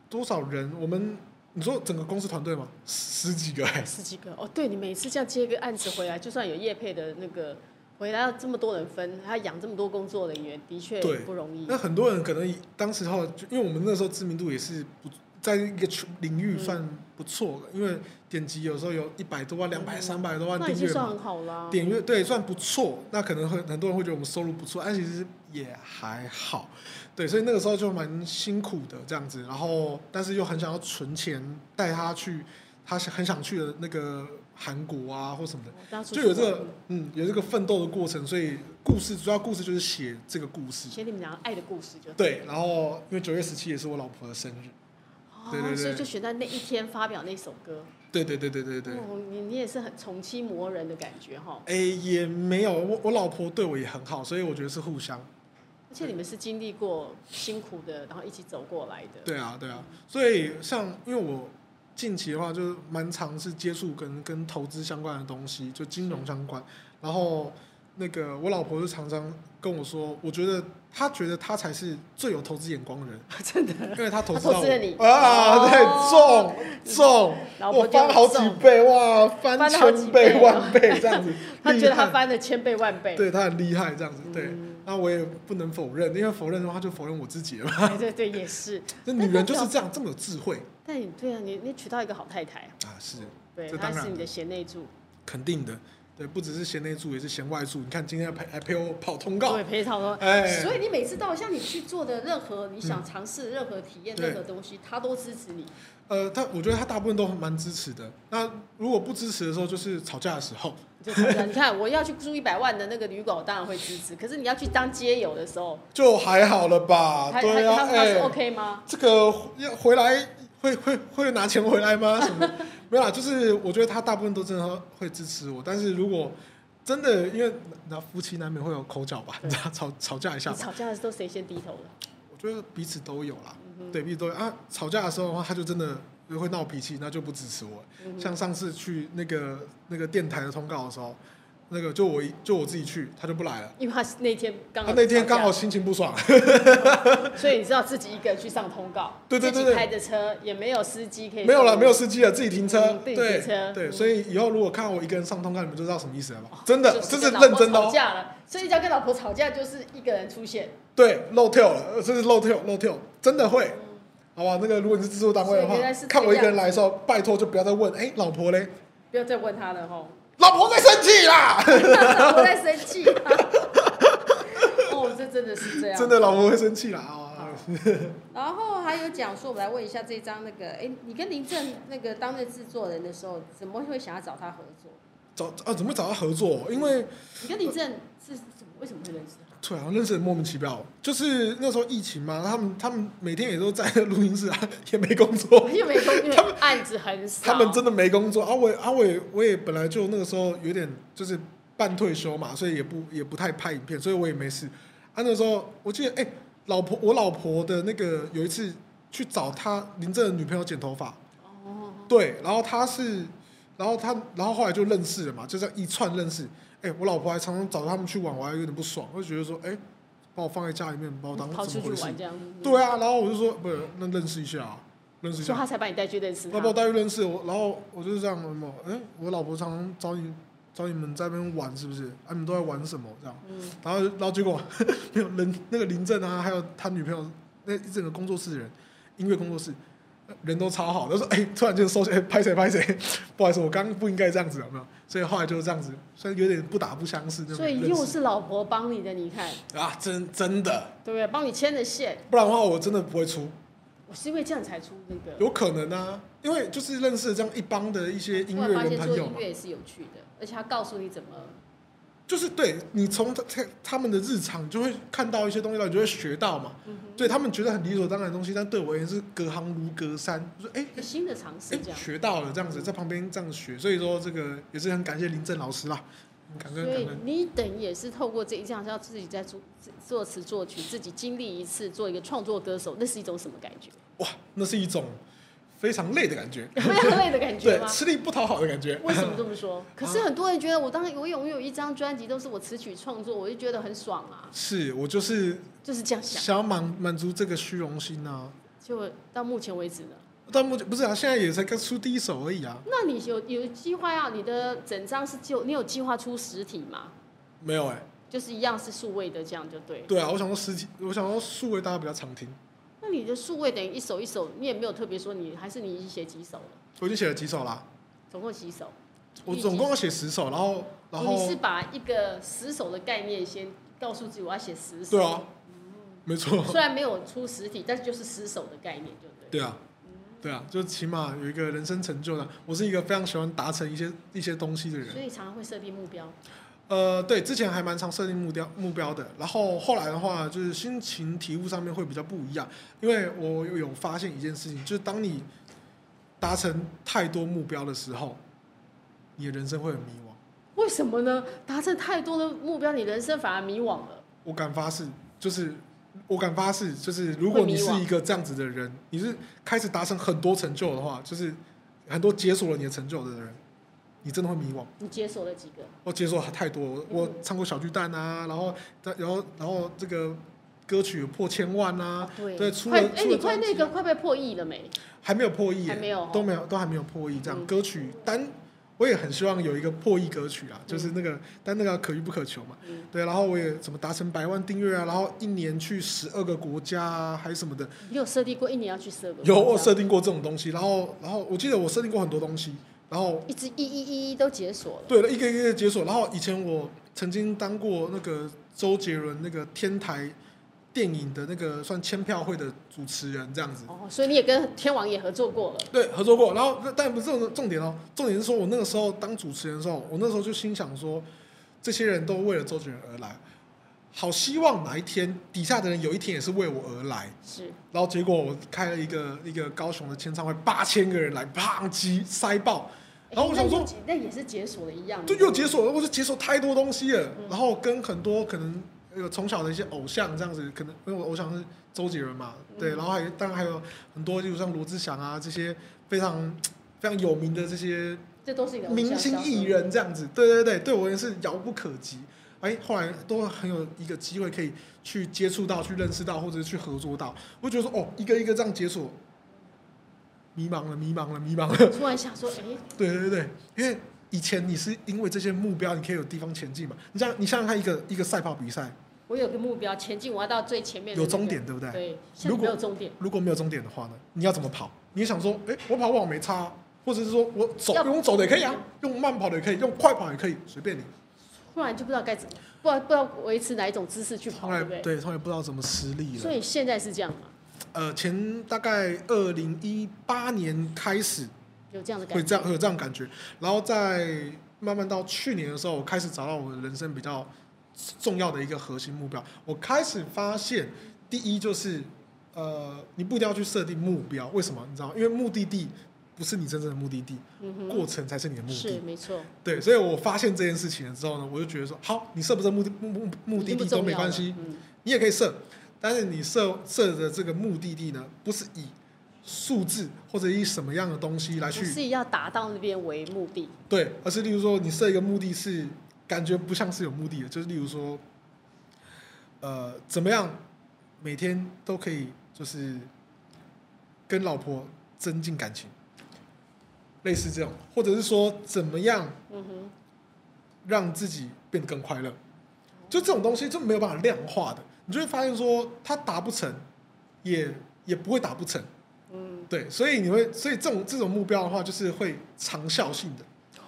多少人？我们你说整个公司团队吗？十十几个哎、
十几个哦。对，你每次这样接一个案子回来，就算有业配的那个回来，要这么多人分，他养这么多工作人员，的确
对
不容易。
那很多人可能以当时候就，因为我们那时候知名度也是不在一个圈领域算
嗯
不错的，因为点击有时候有一百多万、两百、三百多万
嗯那已
订
经
阅
算
嘛，
很好啦。
点阅对算不错。那可能很很多人会觉得我们收入不错，但其实也还好。对，所以那个时候就蛮辛苦的这样子，然后但是又很想要存钱带他去他想很想去的那个韩国啊或什么的。
大家出
就
去
有这
玩
个嗯有这个奋斗的过程，所以故事主要故事就是写这个故事。
写你们俩爱的故事就
对，然后因为九月十七也是我老婆的生日，对对
哦，
对
所以就选在那一天发表那首歌。
对对对对对对，
哦，你你也是很宠妻魔人的感觉哈。
哎、也没有，我我老婆对我也很好，所以我觉得是互相，
而且你们是经历过辛苦的，然后一起走过来的。
对啊对啊，所以像因为我近期的话就是蛮常是接触跟跟投资相关的东西，就金融相关，然后那个我老婆就常常跟我说，我觉得她觉得她才是最有投资眼光的人，
真的，
因为她投资
她
到
投资了你
我啊，
哦
对，中中。
老
我
婆就
翻好几倍哇，
翻
翻
了好几
千
倍
倍
哦，
万倍这样子
他觉得他
厉害
翻了千倍万倍。
对他很厉害这样子，对。
嗯
那我也不能否认，因为否认的话就否认我自己了嘛。
对对对，也是。
那女人就是这样，这么有智慧
但你对啊，你你娶到一个好太太啊，
啊，是
对，
这
她
当然
是你的贤内助，
肯定的。对，不只是贤内助，也是贤外助。你看今天还陪还陪我跑通告
对，，陪她说。
哎，嗯
所以你每次到像你去做的任何你想尝试任何体验
对
任何东西，她都支持你。
呃，他我觉得他大部分都蛮支持的。那如果不支持的时候，就是吵架的时候，
你就觉得你看我要去租一百万的那个旅馆，我当然会支持。可是你要去当街友的时候，
就还好了吧？
他
对啊，
他他是
哎，
OK 吗？
这个要回来会会会拿钱回来吗？什么的 没有啦，就是我觉得他大部分都真的会支持我，但是如果真的因为那夫妻难免会有口角吧，
对
你知道吵吵架一下
你
吧，
吵架的时候谁先低头了？
我觉得彼此都有啦，
嗯哼
对，彼此都有啊。吵架的时候的话，他就真的会闹脾气，那就不支持我。
嗯哼
像上次去那个那个电台的通告的时候，那个就我一就我自己去，他就不来了。
因为他那天刚
他
好
那天
吵架
刚好心情不爽，
哦所以你知道自己一个人去上通告，
对对对
自己开着车也没有司机可以，
没有了，没有，司机了，自己停车，
嗯自己
对
停车
对，
嗯哦
所以以后如果看到我一个人上通告，你们就知道什么意思了吧？真的，
就
这
是
是
跟老婆
认真的
吵
哦。
架了，所以要跟老婆吵架就是一个人出现，
对，漏跳了，呃这是漏跳，漏跳，真的会，好吧？那个如果你是制作单位的
嗯所以
话
原来是，
看
这
我一个
样
人来的时候，拜托就不要再问，哎，老婆嘞，
不要再问他 了吼，
老婆在生气啦，
老婆在生气啊。哦，这真的是这样，
真的老婆会生气啦啊
好。然后还有讲说，我们来问一下这张那个，哎，你跟林正那个担任制作人的时候，怎么会想要找他合作？
找啊，怎么找到合作？因为
你跟林正是怎么为什么会认识？
对啊，认识的莫名其妙，就是那时候疫情嘛，他们他们每天也都在录音室啊，也没工作，
因 为没空，因为案子很少，
他们真的没工作啊！我也啊我也我也本来就那个时候有点就是半退休嘛，所以也不也不太拍影片，所以我也没事。啊，那时候我记得哎、老婆我老婆的那个有一次去找她林正的女朋友剪头发，
哦，
对，然后她是，然后她然后后来就认识了嘛，就这样一串认识。哎、我老婆还常常找他们去玩，我还有点不爽，我就觉得说哎、把我放在家里面，把我当
跑
怎
出
么回
去
事
玩？这样，
对啊，然后我就说不是，那认识一下啊，认识一下
所以。他才把你带去认识
那
他
把。我带去认识我，然后我就是这样，什么，哎，我老婆常常找你找你们在那边玩，是不是？啊，你们都在玩什么这样？
嗯，
然后然后结果 没有人，那个林正啊，还有他女朋友，那一整个工作室的人，音乐工作室。呃人都超好，他说：“哎、突然间收起来，拍谁拍谁，不好意思，我刚刚不应该这样子，有没有？所以后来就是这样子，所以有点不打不相识那种
所
认识。
以又是老婆帮你的，你看，
啊，真真的，
对不对？帮你牵的线，
不然的话我真的不会出，
我是因为这样才出那个。
有可能啊，因为就是认识这样一帮的一些音
突
乐
然发
人
现
朋
做
友
音
嘛，
乐也是有趣的，而且他告诉你怎么，
就是对你从他他他们的日常，你就会看到一些东西，然后你就会学到嘛。
嗯
对他们觉得很理所当然的东西，但对我而言是隔行如隔山。我说哎
一个新的尝试
哎
这，样。
学到了这样子，在旁边这样学，所以说这个也是很感谢林正老师啦，很感恩
所
感
以
恩。
你等于也是透过这一项，要自己在做作词作曲，自己经历一次，做一个创作歌手，那是一种什么感觉？
哇，那是一种非常累的感觉，
非常累的感觉
对，
吗？
吃力不讨好的感觉。
为什么这么说？可是很多人觉得我当时我拥有一张专辑都是我词曲创作，我就觉得很爽啊，
是我就是
就是这样想。
想要满满足这个虚荣心啊。
就到目前为止呢，
但目前不是啊，现在也才刚出第一首而已啊，
那你有有计划要你的整张是就你有计划出实体吗？
没有哎、
就是一样是数位的，这样就对了。
对啊，我想说实体，我想说数位大家比较常听，
那你的数位等于一首一首，你也没有特别说你还是你已经写几首了，
我已经写了几首啦，
总共几首？
我总共要写十首，然后然
哦你
后
是把一个十首的概念先告诉自己，我要写十首。
对啊，没错，
虽然没有出实体，但是就是十首的概念，对不对？
对啊，对啊，就起码有一个人生成就呢。我是一个非常喜欢达成一些一些东西的人
所，以常常会设定目标。
呃，对，之前还蛮常设定目标目标的，然后后来的话，就是心情体悟上面会比较不一样，因为我有发现一件事情，就是当你达成太多目标的时候，你的人生会很迷惘。
为什么呢？达成太多的目标，你人生反而迷惘了。
我敢发誓，就是我敢发誓，就是如果你是一个这样子的人，你是开始达成很多成就的话，就是很多解锁了你的成就的人，你真的会迷惘。
你解锁了几个？
我解锁太多，我我
嗯
唱过小巨蛋啊，然后然后然后这个歌曲有破千万啊，
对
对出了
快
出
哎、
了
你快
专辑
那个快被破亿了没？
还没有破亿耶，
还没有哦
都没有都还没有破亿这样。
嗯
歌曲单我也很希望有一个破亿歌曲啊，就是那个但那个可遇不可求嘛。
嗯，
对，然后我也什么达成百万订阅啊，然后一年去十二个国家啊，还是什么的，
你有设定过一年要去设个？
有我设定过这种东西，然后然后我记得我设定过很多东西，然后
一直一一一一都解锁了。
对了一个一个解锁，然后以前我曾经当过那个周杰伦那个天台电影的那个算签票会的主持人这样子，
哦，所以你也跟天王也合作过了。
对，合作过。然后，但不是重重点哦，重点是说我那个时候当主持人的时候，我那时候就心想说，这些人都为了周杰伦而来，好希望哪一天底下的人有一天也是为我而来。
是，
然后结果我开了一个一个高雄的签唱会，八千个人来，啪击塞爆。然后我
哎
想
那
说
又解那也是解锁了一样的。
就又解锁了，我就解锁太多东西了。然后跟很多可能呃从小的一些偶像这样子，可能因为我偶像是周杰伦嘛，对，然后还当然还有很多，例如像罗志祥啊这些非常非常有名的这些
这都是你的偶像
明星
小时候
艺人这样子，对对对，对我也是遥不可及。哎，后来都很有一个机会可以去接触到、去认识到，或者是去合作到。我觉得说，哦，一个一个这样解锁，迷茫了，迷茫了，迷茫了。
突然想说，哎、
对对对，因为以前你是因为这些目标，你可以有地方前进嘛。你这样，你想想看，一个一个赛跑比赛
我有个目标，前进，我要到最前面、
有终点，。对不对？
对，现在
如
没
果
有终点，
如果没有终点的话呢，你要怎么跑？你想说，哎，我跑网没差啊、或者是说我走
要
用走的也可以啊，用慢跑的也可以，用快跑也可以，随便你。
突然就不知道该怎么，不知道不知道维持哪一种姿势去跑，
从来
对不对？
对，从来不知道怎么失利
所
了。
以现在是这样嘛，
呃，前大概二零一八年开始
有这样的感
会
觉。
这样会有这样感觉，然后再慢慢到去年的时候，我开始找到我的人生比较重要的一个核心目标。我开始发现，第一就是呃，你不一定要去设定目标，为什么？你知道吗？因为目的地不是你真正的目的地，
嗯哼，
过程才是你的目的
是。没错，
对，所以我发现这件事情了之后呢，我就觉得说，好，你设不设目的目目目的
已经不
地都
重
没
要
关
了
系，
嗯，
你也可以设，但是你设设的这个目的地呢，不是以数字或者以什么样的东西来
不
去
是要达到那边为目的，
对，而是例如说你设一个目的是感觉不像是有目的的，就是例如说，呃，怎么样每天都可以就是跟老婆增进感情，类似这种，或者是说怎么样
嗯哼，
让自己变得更快乐，就这种东西就没有办法量化的，你就会发现说它达不成，也也不会达不成。
嗯，
对，所以你会，所以这种这种目标的话，就是会长效性的。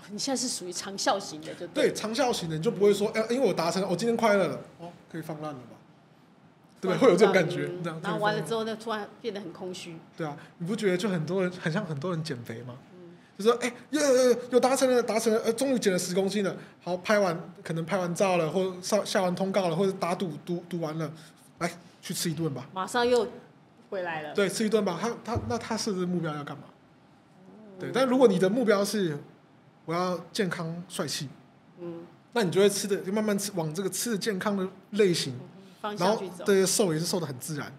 你现在是属于长效型的，就
对，长效型的你就不会说，哎、因为我达成了，我、今天快乐了，哦，可以放烂了吧？对吧？会有这种感觉，
嗯
这样。
然后完了之
后，
后呢，突然变得很空虚，嗯
对啊，你不觉得就很多人很像很多人减肥吗？就说哎，又又又又达成了，达成了，呃，终于减了十公斤了。好，拍完可能拍完照了，或者上下完通告了，或者打赌赌赌完了，来去吃一顿吧。
马上又回来了。
对，吃一顿吧。他他那他设置目标要干嘛？
哦
对，但如果你的目标是我要健康帅气，
嗯，
那你就会吃的就慢慢吃往这个吃的健康的类型，
方
然
向
后
去走，
对瘦也是瘦的很自然，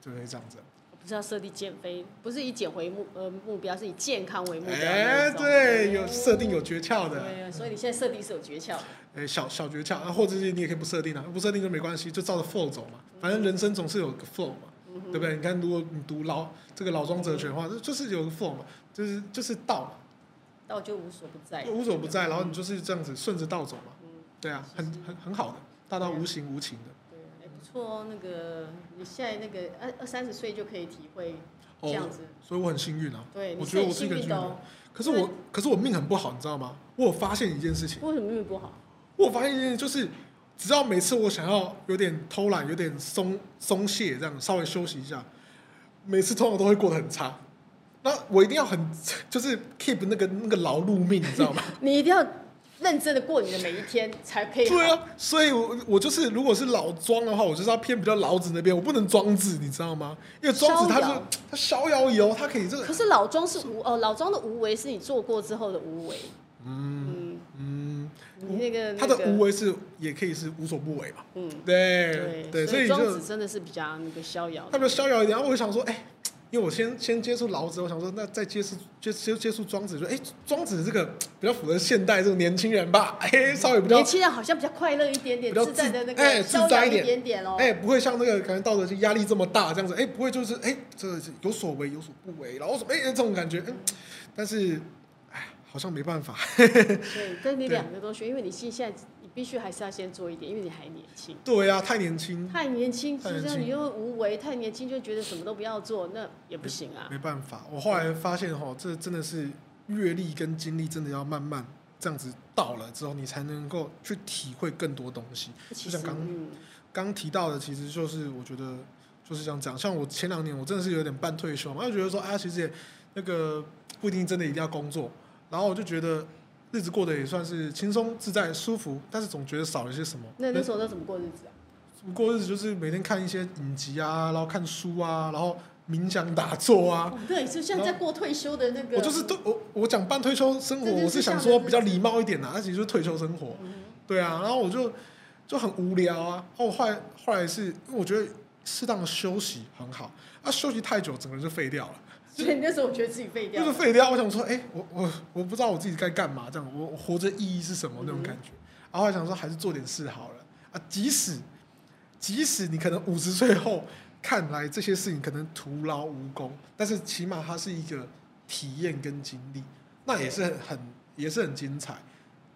就会这样子。
我不是要设定减肥，不是以减回目呃目标，是以健康为目标。
哎，对，有设定有诀窍的。
对，所以你现在设定是有诀窍的。
呃，小小诀窍，啊，或者是你也可以不设定啊，不设定就没关系，就照着 flow 走嘛，反正人生总是有个 flow 嘛，
嗯哼
对不对？你看，如果你读老这个老庄哲学的话，就就是有个 flow 嘛，就是就是道嘛，
道就无所不在，
就无所不在，然后你就是这样子顺着道走嘛，
嗯，
对啊，很很很好的，大到无形无情的。
对，哎不错哦。那个你现在那个二二三十岁就可以体会这样
哦，
子，
所以我很幸运啊，
对，
我
你
觉得我
是很
是一
幸
个幸
运
运
的
人
哦。。
可是我可是我命很不好，你知道吗？我有发现一件事情，
为什么运不好？
我有发现一件事就是。只要每次我想要有点偷懒、有点松松懈，这样稍微休息一下，每次通常都会过得很差。那我一定要很 就是 keep 那个那个劳碌命，你知道吗？
你一定要认真的过你的每一天，才可以好。
对啊，所以我我就是如果是老庄的话，我就是要偏比较老子那边，我不能庄子，你知道吗？因为庄子他
逍
就
遥
他逍遥游，他可以这个
可是老庄是无哦，老庄的无为是你做过之后的无为。嗯
嗯，
你那个
他的
那个
无为是也可以是无所不为嘛。
嗯，
对对，
对
所以
庄
就
子真的是比较那个逍遥的。
他比较逍遥一点。然后我就想说，哎、因为我先先接触老子，我想说，那再接触接接接触庄子，就哎、庄子这个比较符合现代这个年轻人吧，哎、稍微比较
年轻人好像比较快乐一点点，
比较
自在的那
哎
个
自
逍
在
遥
一
一
点
点点哦。
哎、不会像那个感觉道德经压力这么大这样子，哎、不会就是哎、这是有所为有所不为，然后什么哎、这种感觉，嗯，但是哎好像没办法，
对，但
对
你两个都学，因为你现现在你必须还是要先做一点，因为你还年轻。
对呀、太年轻，
太年轻，
太
就
年
是
轻
你又无为，太年轻就觉得什么都不要做，那也不行啊。
没办法。我后来发现哈，这真的是阅历跟经历，真的要慢慢这样子到了之后，你才能够去体会更多东西。
其
就
实
像，刚
嗯，
刚提到的，其实就是我觉得就是像这样，像我前两年我真的是有点半退休嘛，就觉得说啊，其实也那个不一定真的一定要工作，然后我就觉得日子过得也算是轻松自在舒服，但是总觉得少了些什么。
那那时候都怎么过日子啊？
那过日子就是每天看一些影集啊，然后看书啊，然后冥想打坐啊。
哦对，就像在过退休的那个。
我就是对我我讲半退休生活，
这就是
我是想说比较礼貌一点啊，那其实就是退休生活。
嗯
对啊，然后我就就很无聊啊。然后我后来后来是因为我觉得适当的休息很好，啊，休息太久整个人就废掉了，
所以那时候我觉得自己废掉
就是
了。
废掉。我想说，哎、我我我不知道我自己该干嘛，这样我我活着意义是什么
嗯
那种感觉。啊然后后来想说，还是做点事好了啊。即使即使你可能五十岁后看来这些事情可能徒劳无功，但是起码它是一个体验跟经历，那也是很很也是很精彩。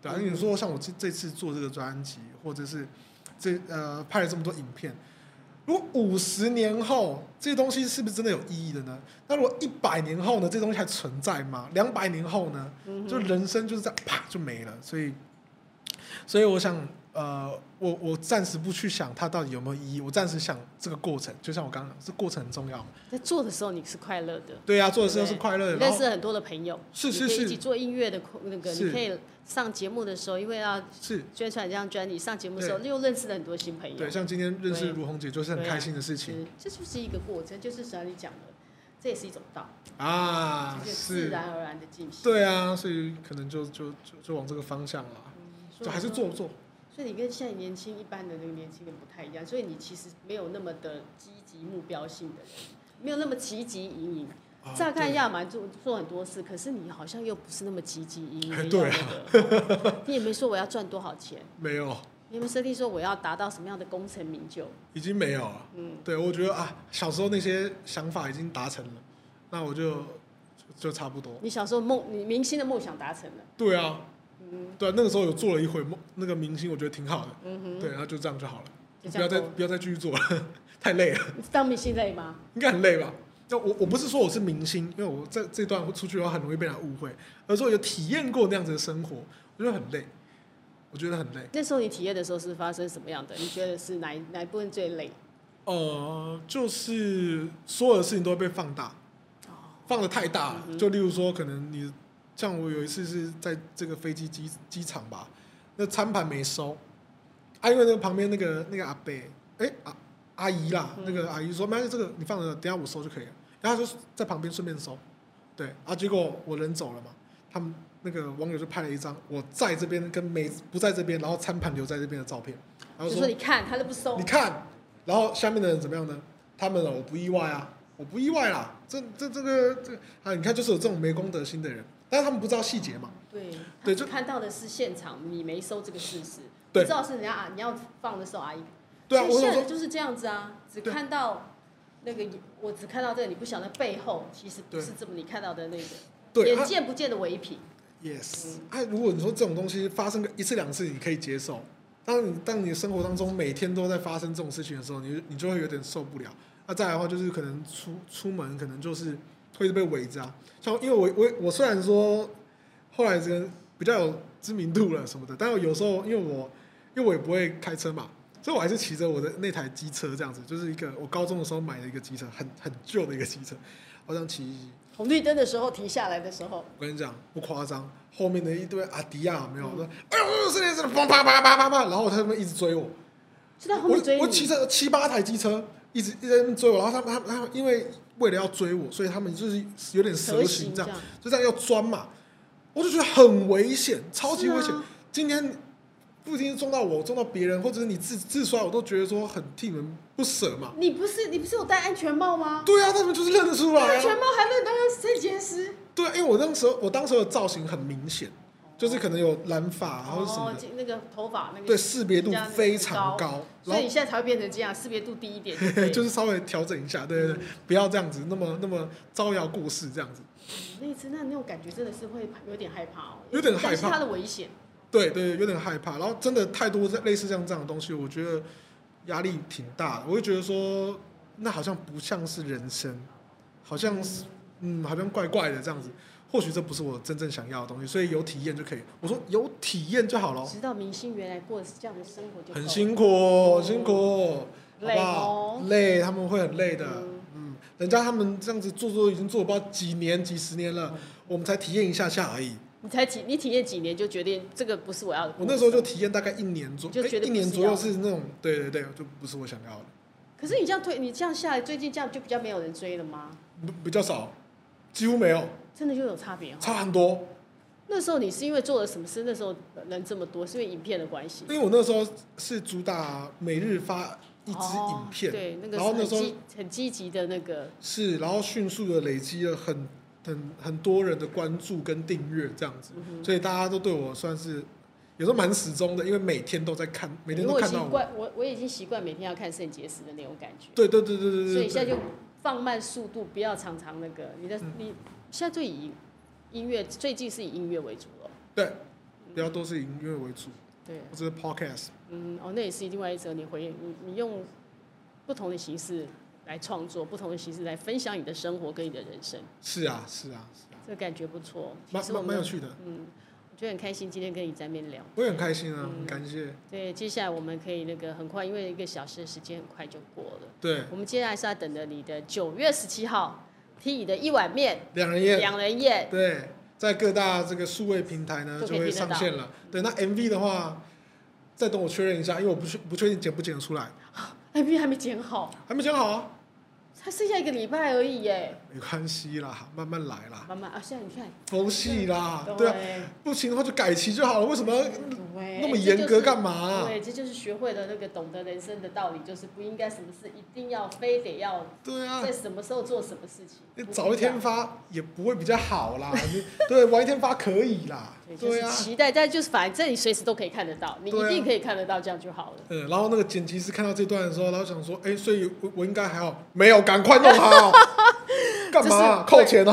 对啊，
嗯
你说像我这这次做这个专辑，或者是这呃拍了这么多影片，如果五十年后这些东西是不是真的有意义的呢？那如果一百年后呢，这东西还存在吗？两百年后呢？
嗯哼
就人生就是这样啪就没了，所以，所以我想，呃，我我暂时不去想它到底有没有意义，我暂时想这个过程，就像我刚刚讲，这过程很重要嘛。
在做的时候你是快乐的，
对啊，做的事
对
都
不
是
对
快乐的，
你
然
认
后
识很多的朋友，
是
你
是
可以一
是
起做音乐的那个，
是
你可以上节目的时候，因为要
是，
宣传这张专辑，上节目的时候又认识了很多新朋友。
对，像今天认识
对
如红姐就是很
对啊
开心的事情
是，这就是一个过程，就是像你讲的，这也是一种道，
啊，
就是自
是，
然而然的进行。
对啊，所以可能就就就就往这个方向了，
嗯，所以
就还是
我说
做。做，
所以你跟现在年轻一般的那个年轻人不太一样，所以你其实没有那么的积极目标性的人，没有那么积极隐隐。
啊
乍看
对
亚蛮做做很多事，可是你好像又不是那么积极隐隐。
哎对
啊。 你也没说我要赚多少钱，
没有，
你有没有设定说我要达到什么样的功成名就？
已经没有了。
嗯，
对，我觉得啊，小时候那些想法已经达成了，那我就就就差不多。
你小时候梦，你明星的梦想达成了。
对啊，
嗯
对啊，那个时候有做了一回梦，那个明星我觉得挺好的，
嗯哼，
对，然后就这样就好了，
就
不
这
要
样
再
过
不要再继续做了， 太累了，
你当明星累吗？
应该很累吧？就我我不是说我是明星，因为我这这段出去的话很容易被人家误会，而是说有体验过那样子的生活，我觉得很累，我觉得很累。
那时候你体验的时候是发生什么样的？你觉得是哪一哪一部分最累？
呃，就是所有的事情都会被放大，放的太大了。就例如说，可能你像我有一次是在这个飞机机机场吧，那餐盘没收，啊，因为那个旁边那个那个阿伯，哎、啊阿姨啦，
嗯
那个阿姨说，没关系，这个你放着，等一下我收就可以了。然后他就在旁边顺便收，对啊，结果我人走了嘛，他们那个网友就拍了一张我在这边跟没不在这边，然后餐盘留在这边的照片，然后
就
说
说你看他都不收
你，看，然后下面的人怎么样呢？他们呢，我不意外啊，我不意外啦。这这这个这啊，你看就是有这种没公德心的人，但是他们不知道细节嘛。
对，
对
他
就
只看到的是现场，你没收这个事实，不
对
知道是人家啊你要放的时候阿姨，
对啊，
所
我
以
想
现
说
在人，就是这样子啊，只
对
看到那个，我只看到这个，你不晓得背后其实不是这么你看到的那个，
对
眼
啊
见不见的唯品，
，yes，哎、如果你说这种东西发生个一次两次，你可以接受。当你当你生活当中每天都在发生这种事情的时候，你就你就会有点受不了。那、再来的话，就是可能出出门，可能就是会被围着啊。像因为我我我虽然说后来这个比较有知名度了什么的，但有时候因为我因为我也不会开车嘛，所以我还是骑着我的那台机车这样子，就是一个我高中的时候买的一个机车，很很旧的一个机车，我这样骑一骑。
红绿灯的时候停下来的时候，
我跟你讲，不夸张，后面的一堆阿迪亚有没有说，哎呦，是的，是的，砰啪啪啪啪啪，然后他们一直追我，
就在后面追
我我骑
你，
着七八台机车，一直一直在那边追我，然后他们他们他们因为为了要追我，所以他们就是有点蛇形
这
这样，
样，
就这样要钻嘛，我就觉得很危险，超级危险。
是啊
今天不一定是撞到我，撞到别人，或者是你自自摔，我都觉得说很替你们不舍嘛。
你不是你不是有戴安全帽吗？
对啊，他们就是认得出来、
安
啊。
全帽还认得肾结石，
对，啊因为我那时候我当时的造型很明显，就是可能有染发啊或者什么的，，
哦就那个头发那个
对，识别度非常
人家
高，
所
然
以你
后
现在才会变成这样，识别度低一点就对了，
就是稍微调整一下，对对对，不要这样子那么那么招摇过市这样子，
那一次那那种感觉真的是会有点害怕哦，
有点害怕
但是它的危险，
对对，有点害怕。然后真的太多这类似像这样的东西，我觉得压力挺大的。我会觉得说，那好像不像是人生，好像是嗯，好像怪怪的这样子。或许这不是我真正想要的东西，所以有体验就可以。我说有体验就好了，
知道明星原来过的是这样的生活就够了嗯
很辛苦哦，很辛苦哦，好
累
不好
哦？
累，他们会很累的。
嗯
嗯，人家他们这样子做做已经做了不知道几年、几十年
嗯
了，我们才体验一下下而已。
你才体你体验几年就决定这个不是我要的。
我那时候就，体验大概一年左，
就
哎
觉得
一年
不是
左右
要
是那种，对对对，就不是我想要的，
可是你这样推，你这样下来，最近这样就比较没有人追了吗？
比比较少，几乎没有，
真的就有差别
差
哈。
很多。
那时候你是因为做了什么事？那时候人这么多，是因为影片的关系
因。为我那时候是主打每日发一支
哦
影片，
对，那个
然后那
是
时候
很积很积极的那个，
是，然后迅速的累积了很很很多人的关注跟订阅这样
嗯
子，所以大家都对我算是有时候蛮始终的，因为每天都在看，每天
因
都
为我
看到
嗯习
我。
惯，我我已经习惯每天要看肾结石的那种感觉。
对对对对对对。
所以现在
对
就放慢速度，不要常常那个你的、你现在就以音乐，最近是以音乐为主了。
对，比较多是以音乐为主，
对，
或者是 podcast。
嗯，哦，那也是另外一则你回你你用不同的形式来创作，不同的形式来分享你的生活跟你的人生，
是啊是啊，是啊
这个感觉不错。其
蛮
实我
蛮蛮有
们
趣的，
嗯，我觉得很开心今天跟你在面聊。
我也很开心啊，
嗯
很感谢。
对，接下来我们可以那个很快，因为一个小时的时间很快就过了。
对，
我们接下来是要等着你的九月十七号，听你的一碗面，
两人宴，
两人宴，
对，在各大这个数位平台呢
就
就
可以
会
听得
上
到
线了。对，那 MV 的话，再等我确认一下，因为我不确不确定剪不剪得出来，
哎，明明还没剪好。
还没剪好啊。
才剩下一个礼拜而已耶，
没关系啦，慢慢来啦，
妈妈啊，现在你看，
佛系啦，对啊，
对，
不行的话就改期就好了，为什么要
对
那么严格干嘛
这就是
啊？
对，这就是学会了那个懂得人生的道理，就是不应该什么事一定要非得要
对啊
在，什么时候做什么事情。
你
不一
早一天
样，
发也不会比较好啦，你对，晚一天发可以啦，
对，就
对啊
是，期待，但就是反正你随时都可以看得到，你
对
一
啊
定可以看得到，这样就好了。
嗯，然后那个剪辑师看到这段的时候，然后想说，哎，所以我我应该还好，没有，赶快弄好，干嘛啊
这是
扣钱哦？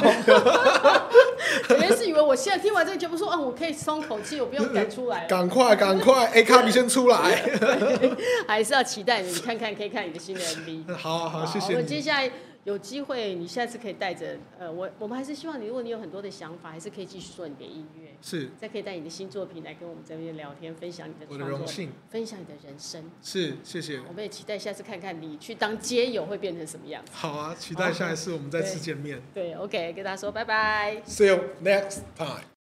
原来是以为我现在听完这个节目说，啊，我可以松口气，我不用赶 出来了，
赶快，赶快，A 卡比先出来，
还是要期待你，你看看可以看你的新的 MV。
好好好，谢谢
我接
你，
下来有机会你下次可以带着呃，我我们还是希望你，如果你有很多的想法，还是可以继续做你的音乐，
是
再可以带你的新作品来跟我们这边聊天，分享你的
我的
创
荣
作，
幸，
分享你的人生。
是谢谢。
我们也期待下次看看你去当街友会变成什么样。
好啊，期待下一次我们再次
对
见面。
对，OK，跟大家说拜拜。
See you next time.